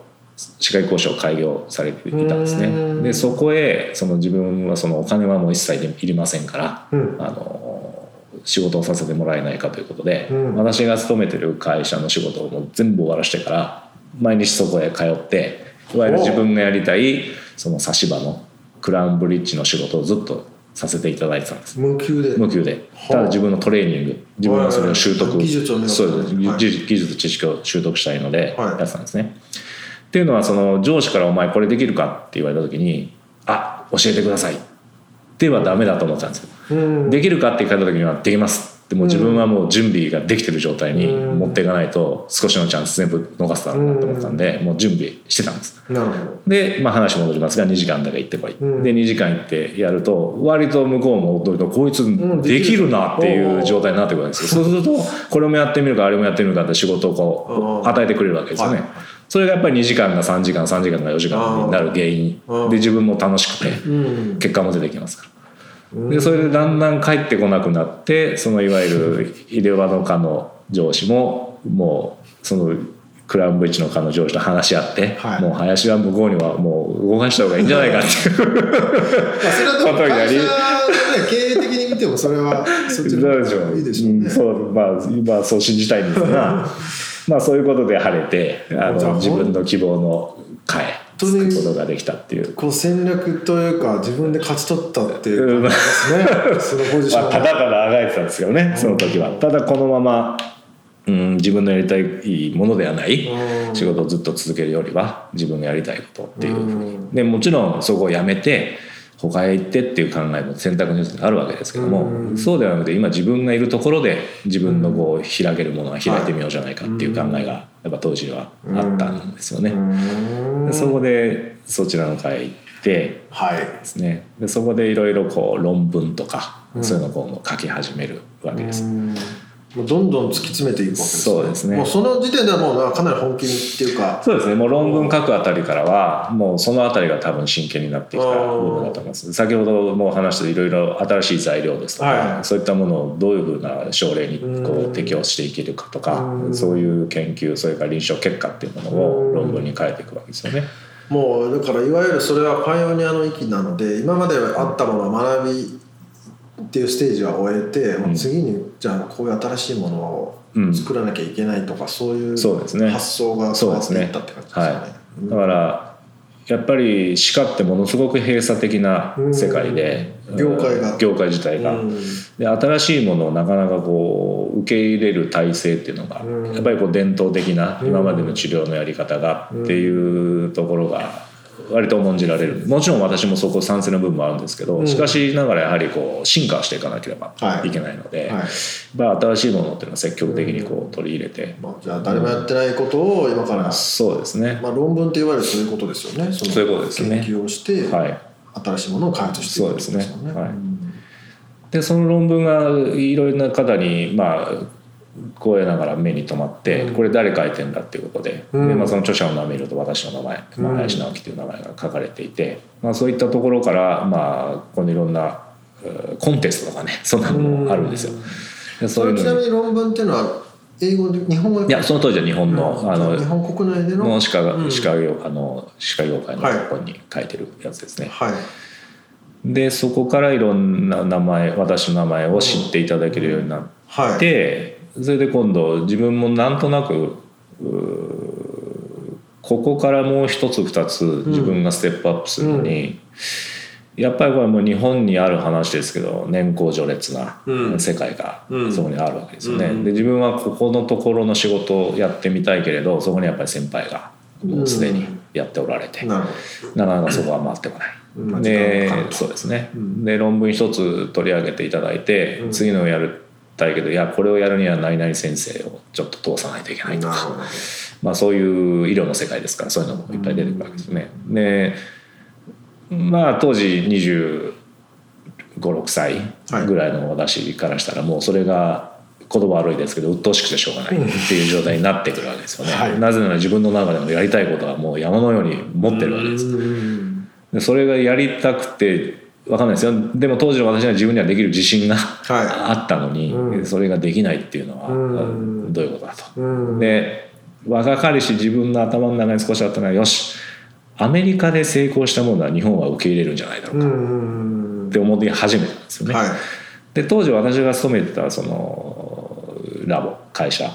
[SPEAKER 3] 社会交渉を開業されていたんです
[SPEAKER 1] うん
[SPEAKER 3] ねでそこへその自分はそのお金はもう一切いりませんから、
[SPEAKER 1] うん
[SPEAKER 3] あの仕事をさせてもらえないかということで、
[SPEAKER 1] うん
[SPEAKER 3] 私が勤めてる会社の仕事をもう全部終わらしてから毎日そこへ通っていわゆる自分がやりたいその差し場のクラウンブリッジの仕事をずっとさせていただいてたんです
[SPEAKER 1] 無給で
[SPEAKER 3] 無給でただ自分のトレーニング自分がそれを習得
[SPEAKER 1] はい技術をね
[SPEAKER 3] そうです
[SPEAKER 1] はい
[SPEAKER 3] 技術技術知識を習得したいので
[SPEAKER 1] はい
[SPEAKER 3] やってたんですね、っていうのはその上司から「お前これできるか?」って言われた時に「あ教えてください」ではダメだと思ってたんですよ
[SPEAKER 1] うん
[SPEAKER 3] できるかって聞かれた時には「できます」でもう自分はもう準備ができてる状態に持っていかないと少しのチャンス全部逃すだろうなと思ってたんでもう準備してたんです
[SPEAKER 1] なるほど
[SPEAKER 3] で、まあ、話戻りますが2時間だけ行ってこい、
[SPEAKER 1] うん
[SPEAKER 3] で2時間行ってやると割と向こうも驚いてこいつ
[SPEAKER 1] ん
[SPEAKER 3] できるなっていう状態になってくるんですよ、そうするとこれもやってみるかあれもやってみるかって仕事をこ
[SPEAKER 1] うん
[SPEAKER 3] う与えてくれるわけですよね、
[SPEAKER 1] はい
[SPEAKER 3] それがやっぱり2時間が3時間3時間が4時間になる原因
[SPEAKER 1] うん
[SPEAKER 3] で自分も楽しくて
[SPEAKER 1] うん
[SPEAKER 3] 結果も出てきますから。でそれでだんだん帰ってこなくなってそのいわゆる入れ歯の科の上司ももうそのクラウンブリッジの科の上司と話し合って、
[SPEAKER 1] はい
[SPEAKER 3] もう林は向こうにはもう動かした方がいいんじゃないか っていう
[SPEAKER 1] まあそれはでも
[SPEAKER 3] ことにな
[SPEAKER 1] 会
[SPEAKER 3] り
[SPEAKER 1] 社のね経営的に見てもそれ はそっち
[SPEAKER 3] ど
[SPEAKER 1] の
[SPEAKER 3] うでし
[SPEAKER 1] 方
[SPEAKER 3] ょ
[SPEAKER 1] が
[SPEAKER 3] う
[SPEAKER 1] いいでしょう
[SPEAKER 3] うん
[SPEAKER 1] ね。
[SPEAKER 3] そうまあ今そう信じたいんです がまあそういうことで晴れてあ
[SPEAKER 1] じゃあ
[SPEAKER 3] の自分の希望の会
[SPEAKER 1] 本当に
[SPEAKER 3] つくことができたっていう。
[SPEAKER 1] こう戦略というか自分で勝ち取ったっていう感じですね。その ポジショ
[SPEAKER 3] ま
[SPEAKER 1] ン
[SPEAKER 3] あ、ただただあがいてたんですけどねその時はただこのまま、うん、自分のやりたいものではない
[SPEAKER 1] うん
[SPEAKER 3] 仕事をずっと続けるよりは自分がやりたいことっていうふうに
[SPEAKER 1] うん
[SPEAKER 3] でもちろんそこをやめて他へ行ってっていう考えも選択の一つにあるわけですけど
[SPEAKER 1] う
[SPEAKER 3] も
[SPEAKER 1] ん
[SPEAKER 3] そうではなくて今自分がいるところで自分のこう開けるものは開いてみようじゃないかっていう考えがやっぱ当時はあったんですよね。でそこでそちらの会行って
[SPEAKER 1] はい。
[SPEAKER 3] ですねでそこでいろいろこう論文と
[SPEAKER 1] う
[SPEAKER 3] か、
[SPEAKER 1] ん
[SPEAKER 3] そういうのをこう書き始めるわけです、
[SPEAKER 1] うんもうどんどん突き詰めていくわけですね。
[SPEAKER 3] そうですね
[SPEAKER 1] もうその時点ではもうなかなり本気っていうか。
[SPEAKER 3] そうですねもう論文書くあたりからはもうそのあたりが多分真剣になってきた
[SPEAKER 1] あ
[SPEAKER 3] 部
[SPEAKER 1] ー
[SPEAKER 3] 分だと思います先ほどもう話したいろいろ新しい材料ですとか、
[SPEAKER 1] はい
[SPEAKER 3] そういったものをどういうふうな症例に
[SPEAKER 1] う
[SPEAKER 3] こ
[SPEAKER 1] ん
[SPEAKER 3] う適応していけるかとか
[SPEAKER 1] うん
[SPEAKER 3] そういう研究それから臨床結果っていうもの
[SPEAKER 1] う
[SPEAKER 3] を
[SPEAKER 1] ん
[SPEAKER 3] 論文に書いていくわけですよね。
[SPEAKER 1] もうだからいわゆるそれはパイオニアの域なので今まであったものを学びっていうステージは終えて、もう次にじゃあこういう新しいものを作らなきゃいけないとか、そういう
[SPEAKER 3] そうですね
[SPEAKER 1] 発想が変わっていったって感じですよね。
[SPEAKER 3] はい、だからやっぱり歯科ってものすごく閉鎖的な世界で、
[SPEAKER 1] うん業界が
[SPEAKER 3] 業界自体が、
[SPEAKER 1] うん
[SPEAKER 3] で新しいものをなかなかこう受け入れる体制っていうのが、
[SPEAKER 1] うん
[SPEAKER 3] やっぱりこう伝統的な
[SPEAKER 1] うん
[SPEAKER 3] 今までの治療のやり方がっていうところが割と重んじられるもちろん私もそこ賛成の部分もあるんですけど、
[SPEAKER 1] うん
[SPEAKER 3] しかしながらやはりこう進化していかなければ
[SPEAKER 1] はい
[SPEAKER 3] いけないので、
[SPEAKER 1] はい
[SPEAKER 3] まあ、新しいものっていうのは積極的にこう取り入れて、
[SPEAKER 1] まあ、じゃあ誰もやってないことを今から、
[SPEAKER 3] そうですね、
[SPEAKER 1] まあ、論文っていわゆるそういうことですよねその
[SPEAKER 3] そういうことですね
[SPEAKER 1] 研究をして、
[SPEAKER 3] はい
[SPEAKER 1] 新しいものを開発していくってことですよ
[SPEAKER 3] そうですねはい
[SPEAKER 1] うん
[SPEAKER 3] でその論文がいろいろな方にまあ光栄ながら目に留まって、
[SPEAKER 1] うん
[SPEAKER 3] これ誰書いてんだっていうことで,、
[SPEAKER 1] うん
[SPEAKER 3] でまあ、その著者の名前見ると私の名前、ま
[SPEAKER 1] う
[SPEAKER 3] あ、
[SPEAKER 1] ん
[SPEAKER 3] 林直樹という名前が書かれていて、まあ、そういったところから、まあ、このいろんなえーコンテストとかねそ んなのもあるんですよ。で
[SPEAKER 1] そ
[SPEAKER 3] そうい
[SPEAKER 1] れ
[SPEAKER 3] う
[SPEAKER 1] ちな
[SPEAKER 3] の
[SPEAKER 1] み
[SPEAKER 3] に
[SPEAKER 1] に論文っていうのは英語で日本語で
[SPEAKER 3] いやその当時は日本の,、あの
[SPEAKER 1] 日本国内での
[SPEAKER 3] の歯科
[SPEAKER 1] うん
[SPEAKER 3] が歯科業あの歯科業界の
[SPEAKER 1] はい
[SPEAKER 3] 本に書いてるやつですね。
[SPEAKER 1] はい
[SPEAKER 3] でそこからいろんな名前私の名前を知っていただけるようになって。
[SPEAKER 1] はい
[SPEAKER 3] でそれで今度自分もなんとなくうーここからもう一つ二つ自分がステップアップするのに、やっぱりこれもう日本にある話ですけど年功序列な
[SPEAKER 1] うん
[SPEAKER 3] 世界が
[SPEAKER 1] うん
[SPEAKER 3] そこにあるわけですよね。
[SPEAKER 1] うん
[SPEAKER 3] で自分はここのところの仕事をやってみたいけれどそこにやっぱり先輩がもうすでにやっておられて、
[SPEAKER 1] なるほ
[SPEAKER 3] なかなかそこは回ってこない。
[SPEAKER 1] どまあ時間もかか
[SPEAKER 3] で
[SPEAKER 1] る
[SPEAKER 3] そうですね、
[SPEAKER 1] うん
[SPEAKER 3] で論文一つ取り上げていただいて、
[SPEAKER 1] うん
[SPEAKER 3] 次のをやるたいけどいやこれをやるには何々先生をちょっと通さないといけないと
[SPEAKER 1] なるほ
[SPEAKER 3] か、
[SPEAKER 1] ど
[SPEAKER 3] まあ、そういう医療の世界ですからそういうのもいっぱい出てくるわけですね。でまあ当時256歳ぐらいの私からしたらもうそれが言葉悪いですけど鬱陶しくてしょうがないっていう状態になってくるわけですよね。
[SPEAKER 1] はい
[SPEAKER 3] なぜなら自分の中でもやりたいことはもう山のように持ってるわけです。
[SPEAKER 1] うん
[SPEAKER 3] でそれがやりたくてわかんないですよでも当時の私には自分にはできる自信が
[SPEAKER 1] は
[SPEAKER 3] あったのに、
[SPEAKER 1] うん
[SPEAKER 3] それができきないっていうのは、
[SPEAKER 1] うん
[SPEAKER 3] どういうことだと。
[SPEAKER 1] いうん
[SPEAKER 3] で若かりし自分の頭の中に少しあったのはよしアメリカで成功したものは日本は受け入れるんじゃないだろう
[SPEAKER 1] う
[SPEAKER 3] か
[SPEAKER 1] ん
[SPEAKER 3] って思い始めたんですよね。
[SPEAKER 1] はい
[SPEAKER 3] で当時私が勤めてたそのラボ会社、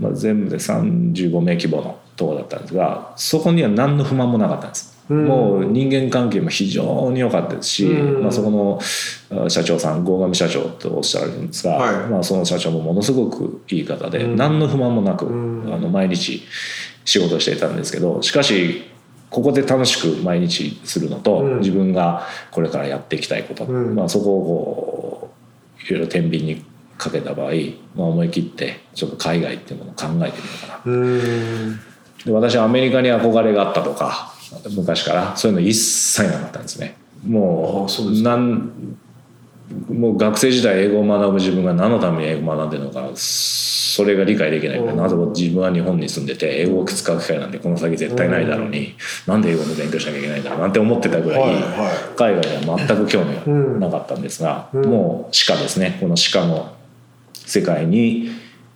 [SPEAKER 3] まあ、全部で35名規模のとこだったんですがそこには何の不満もなかったんです、
[SPEAKER 1] うん
[SPEAKER 3] もう人間関係も非常に良かったですし、
[SPEAKER 1] うん
[SPEAKER 3] まあ、そこのあ社長さん郷上社長とおっしゃるんですが、
[SPEAKER 1] はい
[SPEAKER 3] まあ、その社長もものすごくいい方で、
[SPEAKER 1] うん
[SPEAKER 3] 何の不満もなく、
[SPEAKER 1] うん
[SPEAKER 3] あの毎日仕事をしていたんですけどしかしここで楽しく毎日するのと、
[SPEAKER 1] うん
[SPEAKER 3] 自分がこれからやっていきたいこと、
[SPEAKER 1] うん
[SPEAKER 3] まあ、そこをこういろいろ天秤にかけた場合、まあ、思い切ってちょっと海外っていうものを考えてみようかな
[SPEAKER 1] うん
[SPEAKER 3] で私はアメリカに憧れがあったとか昔からそういうの一切なかったんですねも
[SPEAKER 1] あ
[SPEAKER 3] う
[SPEAKER 1] そうです
[SPEAKER 3] なんもう学生時代英語を学ぶ自分が何のために英語を学んでるのかそれが理解できないから
[SPEAKER 1] うん
[SPEAKER 3] なぜ自分は日本に住んでて英語を使う機会なんてこの先絶対ないだろうになんで英語の勉強しなきゃいけないんだろうなんて思ってたぐらい、
[SPEAKER 1] はいは
[SPEAKER 3] 海外には全く興味がなかったんですが、
[SPEAKER 1] うん
[SPEAKER 3] もう歯科ですねこの歯科の世界に、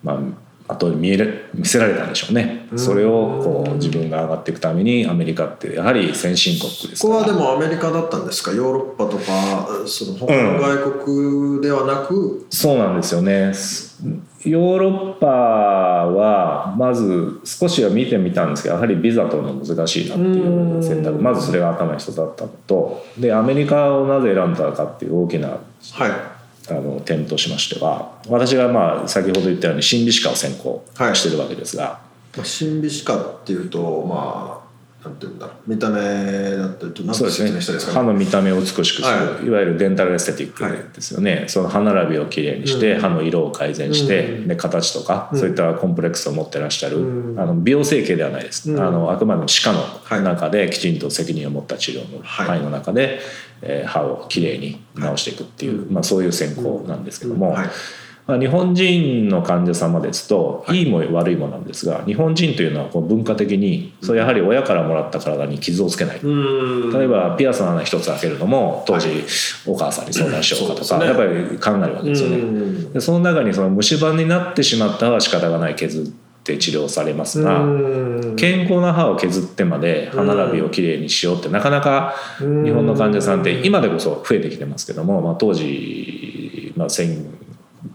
[SPEAKER 3] まあ、後で見える見せられたんでしょうね、
[SPEAKER 1] うん
[SPEAKER 3] それをこう自分が上がっていくためにアメリカってやはり先進国で
[SPEAKER 1] い
[SPEAKER 3] す
[SPEAKER 1] こ
[SPEAKER 3] か
[SPEAKER 1] こ
[SPEAKER 3] ら
[SPEAKER 1] はでもアメリカだったんですかヨーロッパとかその他の外国ではなく、
[SPEAKER 3] そうなんですよねヨーロッパはまず少しは見てみたんですけどやはりビザ取るの難しいなっていう選択
[SPEAKER 1] うん
[SPEAKER 3] まずそれが頭一つだったのとでアメリカをなぜ選んだかっていう大きな
[SPEAKER 1] はい
[SPEAKER 3] あの点としましては私がまあ先ほど言ったように心理士科を専攻
[SPEAKER 1] はい
[SPEAKER 3] してるわけですが、
[SPEAKER 1] まあ、神秘歯科っていうとまあなんていうんだろう見た目だったりと何
[SPEAKER 3] そ
[SPEAKER 1] て説明
[SPEAKER 3] うです
[SPEAKER 1] したらいい
[SPEAKER 3] ね
[SPEAKER 1] ですか
[SPEAKER 3] 歯
[SPEAKER 1] ね
[SPEAKER 3] の見た目を美しくする、、
[SPEAKER 1] はい
[SPEAKER 3] わゆるデンタルエステティ
[SPEAKER 1] はい
[SPEAKER 3] ックですよね、その歯並びをきれいにして、
[SPEAKER 1] うん
[SPEAKER 3] 歯の色を改善して、
[SPEAKER 1] うん
[SPEAKER 3] で形とか、
[SPEAKER 1] うん
[SPEAKER 3] そういったコンプレックスを持ってらっしゃる、
[SPEAKER 1] うん
[SPEAKER 3] あの美容整形ではないです、
[SPEAKER 1] うん
[SPEAKER 3] あのあくまでも歯科
[SPEAKER 1] は
[SPEAKER 3] の
[SPEAKER 1] い
[SPEAKER 3] 中できちんと責任を持った治療の
[SPEAKER 1] はい
[SPEAKER 3] 範囲の中で、えー歯をきれいに直していくっていう、まあ、そういう専攻なんですけども。
[SPEAKER 1] はい
[SPEAKER 3] まあ、日本人の患者様ですと、
[SPEAKER 1] はい
[SPEAKER 3] い、いも悪いもなんですが日本人というのはこう文化的にそうやはり親からもらった体に傷をつけない、
[SPEAKER 1] うん
[SPEAKER 3] 例えばピアスの穴一つ開けるのも当時
[SPEAKER 1] はい
[SPEAKER 3] お母さんに相談しようかとか、
[SPEAKER 1] そうで
[SPEAKER 3] や
[SPEAKER 1] す
[SPEAKER 3] っ
[SPEAKER 1] ね
[SPEAKER 3] ぱり考えるわけですよね。
[SPEAKER 1] うん
[SPEAKER 3] でその中にその虫歯になってしまった歯は仕方がない削って治療されますが、
[SPEAKER 1] うん
[SPEAKER 3] 健康な歯を削ってまで歯並びをきれいにしようってなかなか日本の患者さんって今でこそ増えてきてますけども、まあ、当時、まあ、1000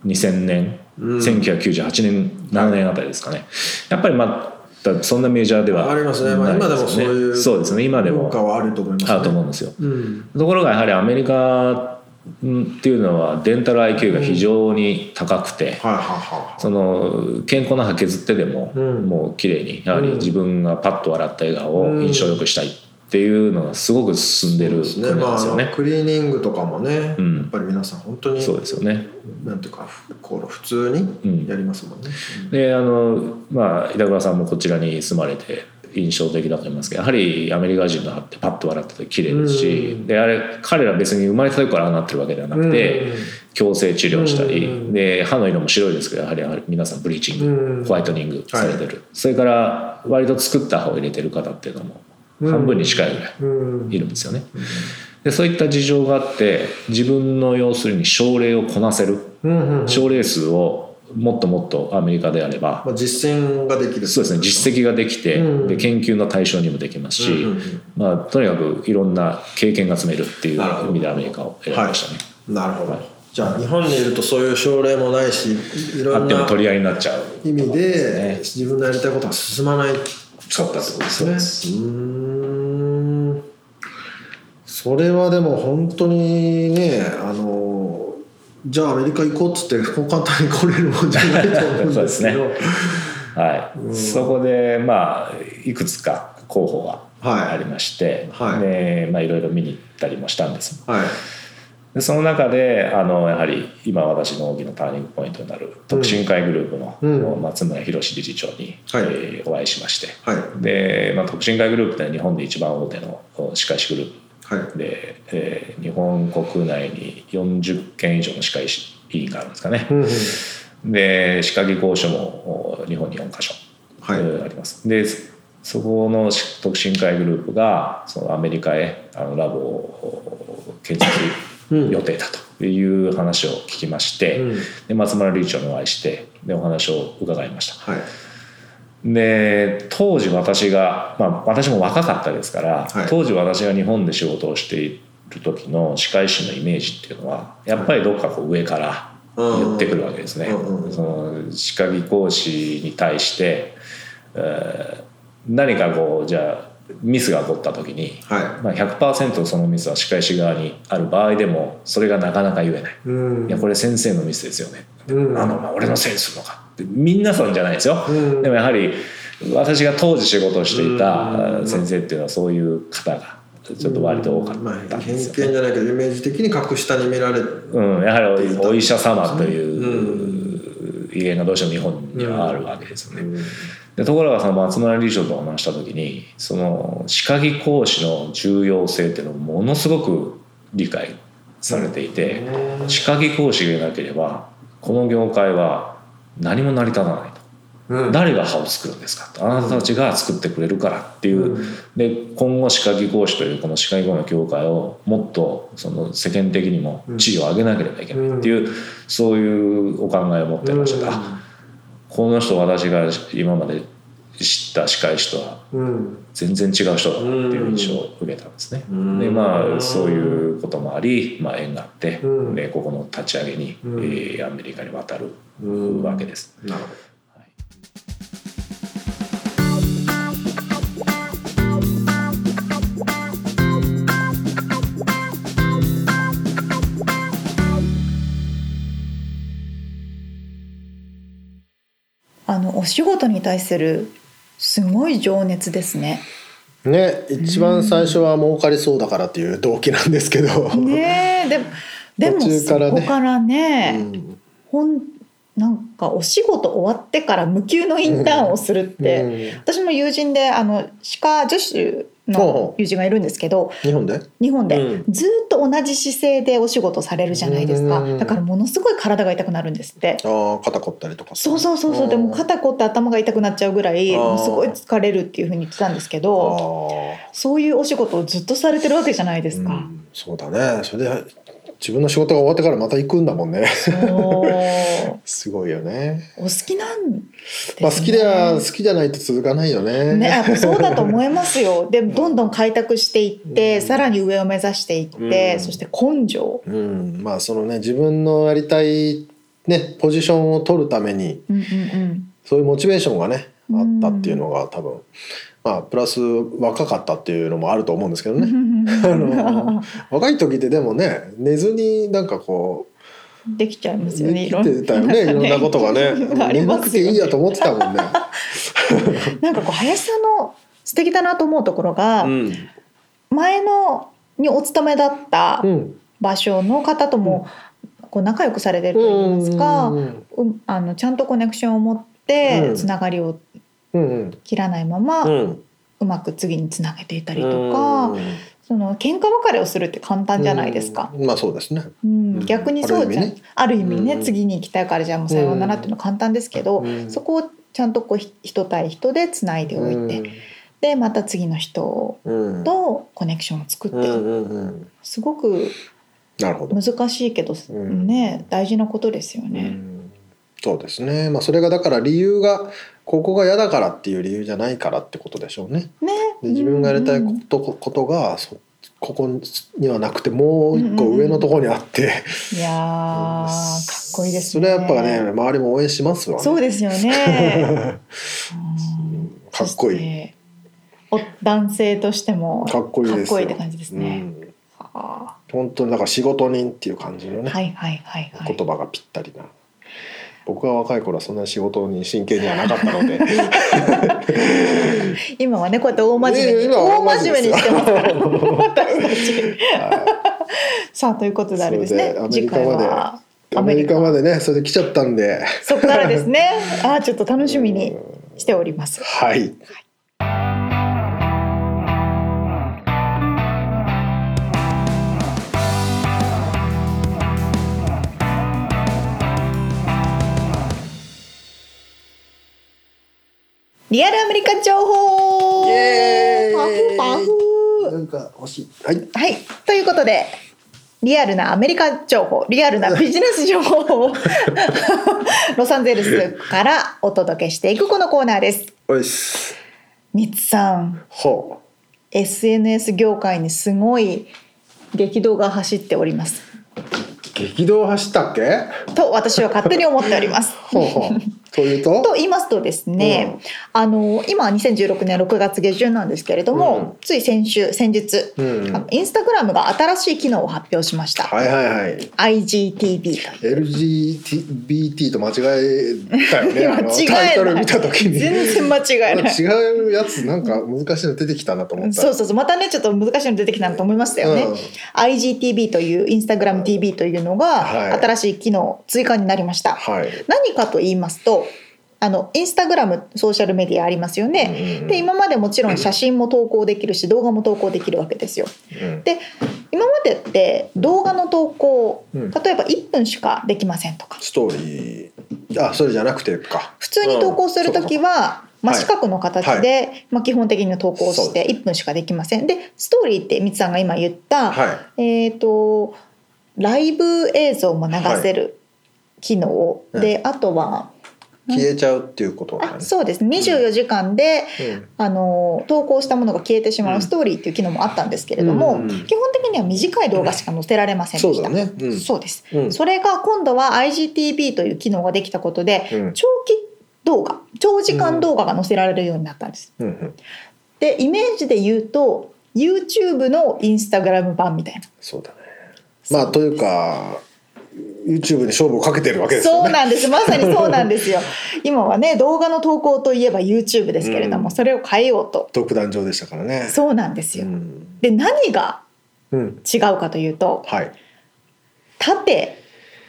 [SPEAKER 3] 2000年、
[SPEAKER 1] うん
[SPEAKER 3] 1998年7年あたりですかねやっぱりまだそんなメジャーでは
[SPEAKER 1] ありますね、まあ、
[SPEAKER 3] ない
[SPEAKER 1] 今でも
[SPEAKER 3] す
[SPEAKER 1] そう
[SPEAKER 3] よね
[SPEAKER 1] いう
[SPEAKER 3] そうですね今で
[SPEAKER 1] 文化
[SPEAKER 3] も
[SPEAKER 1] はあると思います、
[SPEAKER 3] あ
[SPEAKER 1] ね、
[SPEAKER 3] ると思うんですよ
[SPEAKER 1] うん
[SPEAKER 3] ところがやはりアメリカうんっていうのはデンタル IQ が非常に高くて、
[SPEAKER 1] はいはいはい
[SPEAKER 3] その健康な歯削ってでも、
[SPEAKER 1] うん
[SPEAKER 3] もう綺麗にやはり
[SPEAKER 1] うん
[SPEAKER 3] 自分がパッと笑った笑顔
[SPEAKER 1] う
[SPEAKER 3] を
[SPEAKER 1] ん
[SPEAKER 3] 印象よくしたいっていうのがすごく進んでる国
[SPEAKER 1] ねま
[SPEAKER 3] な
[SPEAKER 1] あ
[SPEAKER 3] んですよね。
[SPEAKER 1] クリーニングとかもね、
[SPEAKER 3] うん
[SPEAKER 1] やっぱり皆さん本当に
[SPEAKER 3] そうですよね
[SPEAKER 1] なんていうかふこう普通にやりますもんね、
[SPEAKER 3] であのまあ板倉さんもこちらに住まれて印象的だと思いますけどやはりアメリカ人の歯ってパッと笑った時綺麗ですし、
[SPEAKER 1] うん
[SPEAKER 3] であれ彼ら別に生まれた時からああなってるわけではなくて、矯正治療したり、
[SPEAKER 1] うん
[SPEAKER 3] で歯の色も白いですけどやはり皆さんブリーチング、
[SPEAKER 1] うん
[SPEAKER 3] ホワイトニングされてる、それから割と作った歯を入れてる方っていうのも
[SPEAKER 1] うん
[SPEAKER 3] 半分に近いぐらい
[SPEAKER 1] うん
[SPEAKER 3] いるんですよね、でそういった事情があって自分の要するに症例をこなせる
[SPEAKER 1] うんうん
[SPEAKER 3] 症例数をもっともっとアメリカであれば
[SPEAKER 1] まあ、実践ができる
[SPEAKER 3] そうですね実績ができて
[SPEAKER 1] うん
[SPEAKER 3] で研究の対象にもできますし、
[SPEAKER 1] うんうん
[SPEAKER 3] まあ、とにかくいろんな経験が積めるっていう
[SPEAKER 1] なるほど
[SPEAKER 3] 意味でアメリカを選びましたね、
[SPEAKER 1] うんなるほど、じゃあ日本にいるとそういう症例もないしいろ
[SPEAKER 3] あ
[SPEAKER 1] ん
[SPEAKER 3] っても
[SPEAKER 1] な
[SPEAKER 3] 取り合いになっちゃう
[SPEAKER 1] 意味で、
[SPEAKER 3] ね
[SPEAKER 1] 自分のやりたいことが進まない
[SPEAKER 3] 使ったってことですね
[SPEAKER 1] うーんそれはでも本当にねあのじゃあアメリカ行こうっつってそう簡単に来れるもんじゃないと思 うんですけど
[SPEAKER 3] そうはい、そこでまあいくつか候補がありまして、
[SPEAKER 1] はいはい
[SPEAKER 3] でまあ、いろいろ見に行ったりもしたんです
[SPEAKER 1] はい
[SPEAKER 3] でその中であのやはり今私の大きなターニングポイントになる特進会グループの、
[SPEAKER 1] うん
[SPEAKER 3] 松村弘理事長に、
[SPEAKER 1] はい
[SPEAKER 3] えーお会いしまして
[SPEAKER 1] はい
[SPEAKER 3] で、まあ、特進会グループって日本で一番大手の歯科医師グルー
[SPEAKER 1] はい
[SPEAKER 3] プで、えー日本国内に40件以上の歯科医師委員があるんですかね、
[SPEAKER 1] うんうん
[SPEAKER 3] で歯科技工所もお日本に4カ所
[SPEAKER 1] はい
[SPEAKER 3] えーあります。でそそこのし特進会グループがそのアメリカへあのラボを建設す
[SPEAKER 1] うん
[SPEAKER 3] る予定だという話を聞きまして、
[SPEAKER 1] うん
[SPEAKER 3] で松村理事長にお会いしてでお話を伺いました。
[SPEAKER 1] はい
[SPEAKER 3] で当時私が、まあ、私も若かったですから、
[SPEAKER 1] はい
[SPEAKER 3] 当時私が日本で仕事をしている時の歯科医師のイメージっていうのはやっぱりどっかこう上から言ってくるわけですね。
[SPEAKER 1] うんうんうん
[SPEAKER 3] その歯科技工士に対して、えー何かこうじゃあミスが起こった時に、
[SPEAKER 1] は
[SPEAKER 3] まあ、100%そのミスは歯科医師側にある場合でもそれがなかなか言えない。
[SPEAKER 1] いうん
[SPEAKER 3] いやこれ先生のミスですよね。
[SPEAKER 1] うん
[SPEAKER 3] あのまあ俺のせいにするのかって皆さんじゃないですよ、
[SPEAKER 1] うん
[SPEAKER 3] でもやはり私が当時仕事をしてい
[SPEAKER 1] うん
[SPEAKER 3] た先生っていうのはそういう方がちょっと割と多かったん
[SPEAKER 1] まあ、偏
[SPEAKER 3] で
[SPEAKER 1] 見
[SPEAKER 3] すよね、
[SPEAKER 1] じゃないけどイメージ的に格下に見られる
[SPEAKER 3] うん、やはりおお医者様という
[SPEAKER 1] う
[SPEAKER 3] 威厳がどうしても日本にはあるわけですよね、でところがその松村理事長とお話しした時にその歯科技講師の重要性っていうのをものすごく理解されていて、歯科技講師がいなければこの業界は何も成り立たないと。
[SPEAKER 1] うん
[SPEAKER 3] 誰が歯を作るんですかってあなたたちが作ってくれるからっていう、
[SPEAKER 1] うん
[SPEAKER 3] で今後歯科技工士というこの歯科技工の業界をもっとその世間的にも地位を上げなければいけないっていう、そういうお考えを持っていらっしゃって、あこの人私が今まで知った歯科医師とは
[SPEAKER 1] うん
[SPEAKER 3] 全然違う人だなっていう印象を受けたんですね。
[SPEAKER 1] うん
[SPEAKER 3] でまあそういうこともあり、まあ、縁があって、
[SPEAKER 1] うん
[SPEAKER 3] でここの立ち上げに、
[SPEAKER 1] うん
[SPEAKER 3] えーアメリカに渡る
[SPEAKER 1] うん
[SPEAKER 3] わけです。
[SPEAKER 1] なるほ
[SPEAKER 2] あのお仕事に対するすごい情熱ですね。
[SPEAKER 1] どね一番最初は儲かりそうだからっていう動機なんですけど、
[SPEAKER 2] ねえでもでも
[SPEAKER 1] 途中
[SPEAKER 2] そ
[SPEAKER 1] からね
[SPEAKER 2] こから
[SPEAKER 1] う
[SPEAKER 2] ね、
[SPEAKER 1] ん
[SPEAKER 2] ほんなんかお仕事終わってから無給のインターンをするって、
[SPEAKER 1] うん
[SPEAKER 2] 私も友人であの歯科助手
[SPEAKER 1] ほう
[SPEAKER 2] の
[SPEAKER 1] ほう
[SPEAKER 2] 友人がいるんですけど
[SPEAKER 1] 日本で
[SPEAKER 2] 日本で
[SPEAKER 1] う
[SPEAKER 2] ずっと同じ姿勢でお仕事されるじゃないですか、
[SPEAKER 1] うん
[SPEAKER 2] だからものすごい体が痛くなるんですって。
[SPEAKER 1] ああ肩凝ったりとか
[SPEAKER 2] そうそうそうそうでも肩凝って頭が痛くなっちゃうぐらい
[SPEAKER 1] あー
[SPEAKER 2] もうすごい疲れるっていうふうに言ってたんですけ
[SPEAKER 1] あ
[SPEAKER 2] ど
[SPEAKER 1] ー
[SPEAKER 2] そういうお仕事をずっとされてるわけじゃないです
[SPEAKER 1] う
[SPEAKER 2] か。
[SPEAKER 1] んそうだねそれで自分の仕事が終わってからまた行くんだもんね
[SPEAKER 2] そう
[SPEAKER 1] すごいよね
[SPEAKER 2] お好きなんです、ね。
[SPEAKER 1] まあ好きでは好きじゃないと続かないよね
[SPEAKER 2] ね、やっぱそうだと思います よ。で、どんどん開拓していって、
[SPEAKER 1] うん
[SPEAKER 2] さらに上を目指していって、
[SPEAKER 1] うん
[SPEAKER 2] そして根性。
[SPEAKER 1] うんまあそのね自分のやりたいねポジションを取るために
[SPEAKER 2] うんうんうん。
[SPEAKER 1] そういうモチベーションがね
[SPEAKER 2] う
[SPEAKER 1] あ
[SPEAKER 2] ん
[SPEAKER 1] ったっていうのが多分まあプラス若かったっていうのもあると思うんですけどね の若い時ってでもね寝ずになんかこう
[SPEAKER 2] できちゃいますよね。
[SPEAKER 1] 生
[SPEAKER 2] いろん
[SPEAKER 1] きてたよねい ろんなことがね
[SPEAKER 2] あ
[SPEAKER 1] 寝
[SPEAKER 2] り
[SPEAKER 1] な
[SPEAKER 2] ま
[SPEAKER 1] く
[SPEAKER 2] す
[SPEAKER 1] て
[SPEAKER 2] よ
[SPEAKER 1] いいやと
[SPEAKER 2] ね。
[SPEAKER 1] 思ってたもんね。
[SPEAKER 2] なんかこう林さんの素敵だなと思うところが、
[SPEAKER 1] うん
[SPEAKER 2] 前のにお勤めだった
[SPEAKER 1] うん
[SPEAKER 2] 場所の方とも、こう仲良くされてると言いますか、
[SPEAKER 1] う
[SPEAKER 2] うんあのちゃんとコネクションを持って、
[SPEAKER 1] うん
[SPEAKER 2] つながりを
[SPEAKER 1] うん
[SPEAKER 2] 切らないまま、
[SPEAKER 1] う
[SPEAKER 2] うんまく次につなげていたりとか。
[SPEAKER 1] うん
[SPEAKER 2] その喧嘩別れをするって簡単じゃないですか。
[SPEAKER 1] うんまあそうですね。
[SPEAKER 2] うん
[SPEAKER 1] うん
[SPEAKER 2] 逆にそうじゃんある意味ね
[SPEAKER 1] うん
[SPEAKER 2] 次に行きたいからじゃあもうさようならっていうのは簡単ですけど、
[SPEAKER 1] うん
[SPEAKER 2] そこをちゃんとこうひ人対人でつないでおいて、でまた次の人
[SPEAKER 1] うん
[SPEAKER 2] とコネクションを作って、
[SPEAKER 1] うんうんうん
[SPEAKER 2] すごく
[SPEAKER 1] なるほど。
[SPEAKER 2] 難しいけど、
[SPEAKER 1] うん
[SPEAKER 2] ね大事なことですよ
[SPEAKER 1] う
[SPEAKER 2] ね。
[SPEAKER 1] んそうですね、まあ、それがだから理由がここが嫌だからっていう理由じゃないからってことでしょうね。
[SPEAKER 2] ね
[SPEAKER 1] で自分がやりたいこと,、ことがそここにはなくてもう一個上のところにあって、
[SPEAKER 2] いやーかっこいいですね。
[SPEAKER 1] それはやっぱね周りも応援しますわね。
[SPEAKER 2] そうですよね。うん
[SPEAKER 1] かっこい
[SPEAKER 2] そ
[SPEAKER 1] い
[SPEAKER 2] してお男性としても
[SPEAKER 1] かっこいいですよ
[SPEAKER 2] かっって感じです
[SPEAKER 1] う
[SPEAKER 2] ね。
[SPEAKER 1] ん
[SPEAKER 2] は
[SPEAKER 1] 本当にだから仕事人っていう感じの
[SPEAKER 2] あ
[SPEAKER 1] ね、
[SPEAKER 2] はいはいはいはい。
[SPEAKER 1] 言葉がぴったりな。僕が若い頃はそんなに仕事に真剣にはなかったので
[SPEAKER 2] 今はねこうやって大真面目に、
[SPEAKER 1] ね今は
[SPEAKER 2] 大
[SPEAKER 1] 大
[SPEAKER 2] 真
[SPEAKER 1] 真
[SPEAKER 2] 面
[SPEAKER 1] 面
[SPEAKER 2] 目に
[SPEAKER 1] 目です
[SPEAKER 2] して
[SPEAKER 1] よ
[SPEAKER 2] ますから私たち。
[SPEAKER 1] は
[SPEAKER 2] さあということであれですね
[SPEAKER 1] それ。で
[SPEAKER 2] 次回は。
[SPEAKER 1] いアメリカまでねそれで来ちゃったんで
[SPEAKER 2] そこからです ね。ああちょっと楽しみにしております。
[SPEAKER 1] はい。
[SPEAKER 2] リアルアメリカ情報。
[SPEAKER 1] イエーイ
[SPEAKER 2] パフパフ。
[SPEAKER 1] なんか欲しい。はい。
[SPEAKER 2] はいということでリアルなアメリカ情報、リアルなビジネス情報 をロサンゼルスからお届けしていくこのコーナーです。
[SPEAKER 1] おいっす
[SPEAKER 2] みつさん、
[SPEAKER 1] ほ
[SPEAKER 2] SNS 業界にすごい激動が走っております。
[SPEAKER 1] う激動走ったっけ
[SPEAKER 2] と私は勝手に思っております。
[SPEAKER 1] ほうほ うというと
[SPEAKER 2] と言いますとですね、あの今2016年6月下旬なんですけれども、つい先週先日、
[SPEAKER 1] うん
[SPEAKER 2] あのインスタグラムが新しい機能を発表しました、
[SPEAKER 1] はいはいはい
[SPEAKER 2] IGTV という
[SPEAKER 1] LGBT と間違えたよねあの
[SPEAKER 2] 間違えない
[SPEAKER 1] タイトル見た時に
[SPEAKER 2] 全然間違えない
[SPEAKER 1] 違うやつなんか難しいの出てきたなと思った
[SPEAKER 2] そうそうそうまたねちょっと難しいの出てきたなと思いましたよね、
[SPEAKER 1] うん
[SPEAKER 2] IGTV というインスタグラム TV というの
[SPEAKER 1] はい
[SPEAKER 2] が新しい機能追加になりました、
[SPEAKER 1] はい
[SPEAKER 2] 何かと言いますとあのインスタグラムソーシャルメディアありますよね、
[SPEAKER 1] うん
[SPEAKER 2] で今までもちろん写真も投稿できるし動画も投稿できるわけですよ
[SPEAKER 1] うん
[SPEAKER 2] で今までって動画の投稿、
[SPEAKER 1] うん
[SPEAKER 2] 例えば1分しかできませんとか
[SPEAKER 1] ストーリーあそれじゃなくてか
[SPEAKER 2] 普通に投稿する時は、まあ、
[SPEAKER 1] はい
[SPEAKER 2] 四角の形で、まあ、基本的に投稿して1分しかできませんでストーリーってみつさんが今言った、
[SPEAKER 1] は
[SPEAKER 2] えっ、とライブ映像も流せる機能を、
[SPEAKER 1] はい
[SPEAKER 2] であとは、
[SPEAKER 1] い消えちゃうっていうことだね
[SPEAKER 2] あそうです24時間で、
[SPEAKER 1] うん
[SPEAKER 2] あの投稿したものが消えてしま
[SPEAKER 1] う
[SPEAKER 2] うんストーリーっていう機能もあったんですけれども、
[SPEAKER 1] うん
[SPEAKER 2] 基本的には短い動画しか載せられませんでした。
[SPEAKER 1] そうだねうん
[SPEAKER 2] そうです、
[SPEAKER 1] うん
[SPEAKER 2] それが今度は IGTV という機能ができたことで、
[SPEAKER 1] うん
[SPEAKER 2] 長期動画長時間動画が載せられるようになったんです。
[SPEAKER 1] うんうん
[SPEAKER 2] でイメージで言うと YouTube のインスタグラム版みたいな。
[SPEAKER 1] そうだねまあというか YouTube に勝負をかけてるわけですよ
[SPEAKER 2] そう
[SPEAKER 1] ね
[SPEAKER 2] なんですまさにそうなんです よ今はね動画の投稿といえば YouTube ですけれども、
[SPEAKER 1] うん
[SPEAKER 2] それを変えようと
[SPEAKER 1] 独壇場でしたからね
[SPEAKER 2] そうなんですよ、
[SPEAKER 1] ん
[SPEAKER 2] で何が
[SPEAKER 1] うん
[SPEAKER 2] 違うかというと
[SPEAKER 1] はい
[SPEAKER 2] 縦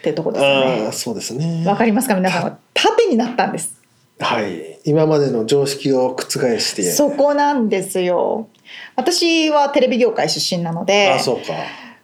[SPEAKER 2] ってとこです
[SPEAKER 1] あ
[SPEAKER 2] ね
[SPEAKER 1] あそうですね
[SPEAKER 2] わかりますか皆さん縦になったんです
[SPEAKER 1] はい今までの常識を覆して
[SPEAKER 2] そこなんですよ私はテレビ業界出身なので
[SPEAKER 1] あそうか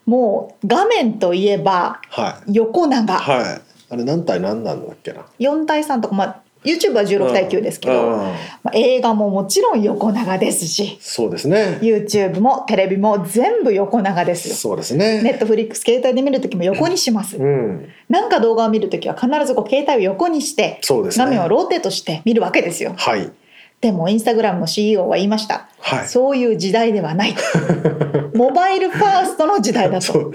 [SPEAKER 2] もう画面といえば
[SPEAKER 1] はい
[SPEAKER 2] 横長
[SPEAKER 1] はいあれ何対何なんだっけな
[SPEAKER 2] 4対3とか、まあ、YouTube は16対9ですけど、
[SPEAKER 1] うんうん
[SPEAKER 2] まあ、映画ももちろん横長ですし
[SPEAKER 1] そうですね
[SPEAKER 2] YouTube もテレビも全部横長です
[SPEAKER 1] そうです
[SPEAKER 2] よ。
[SPEAKER 1] ね
[SPEAKER 2] ネットフリックス携帯で見るときも横にします。
[SPEAKER 1] うん
[SPEAKER 2] なんか動画を見るときは必ずこう携帯を横にして、
[SPEAKER 1] そうですね
[SPEAKER 2] 画面をローテートして見るわけですよ。
[SPEAKER 1] はい
[SPEAKER 2] でもインスタグラムの CEO は言いました。
[SPEAKER 1] はい
[SPEAKER 2] そういう時代では ない。モバイルファーストの時代だ
[SPEAKER 1] そ
[SPEAKER 2] と。
[SPEAKER 1] う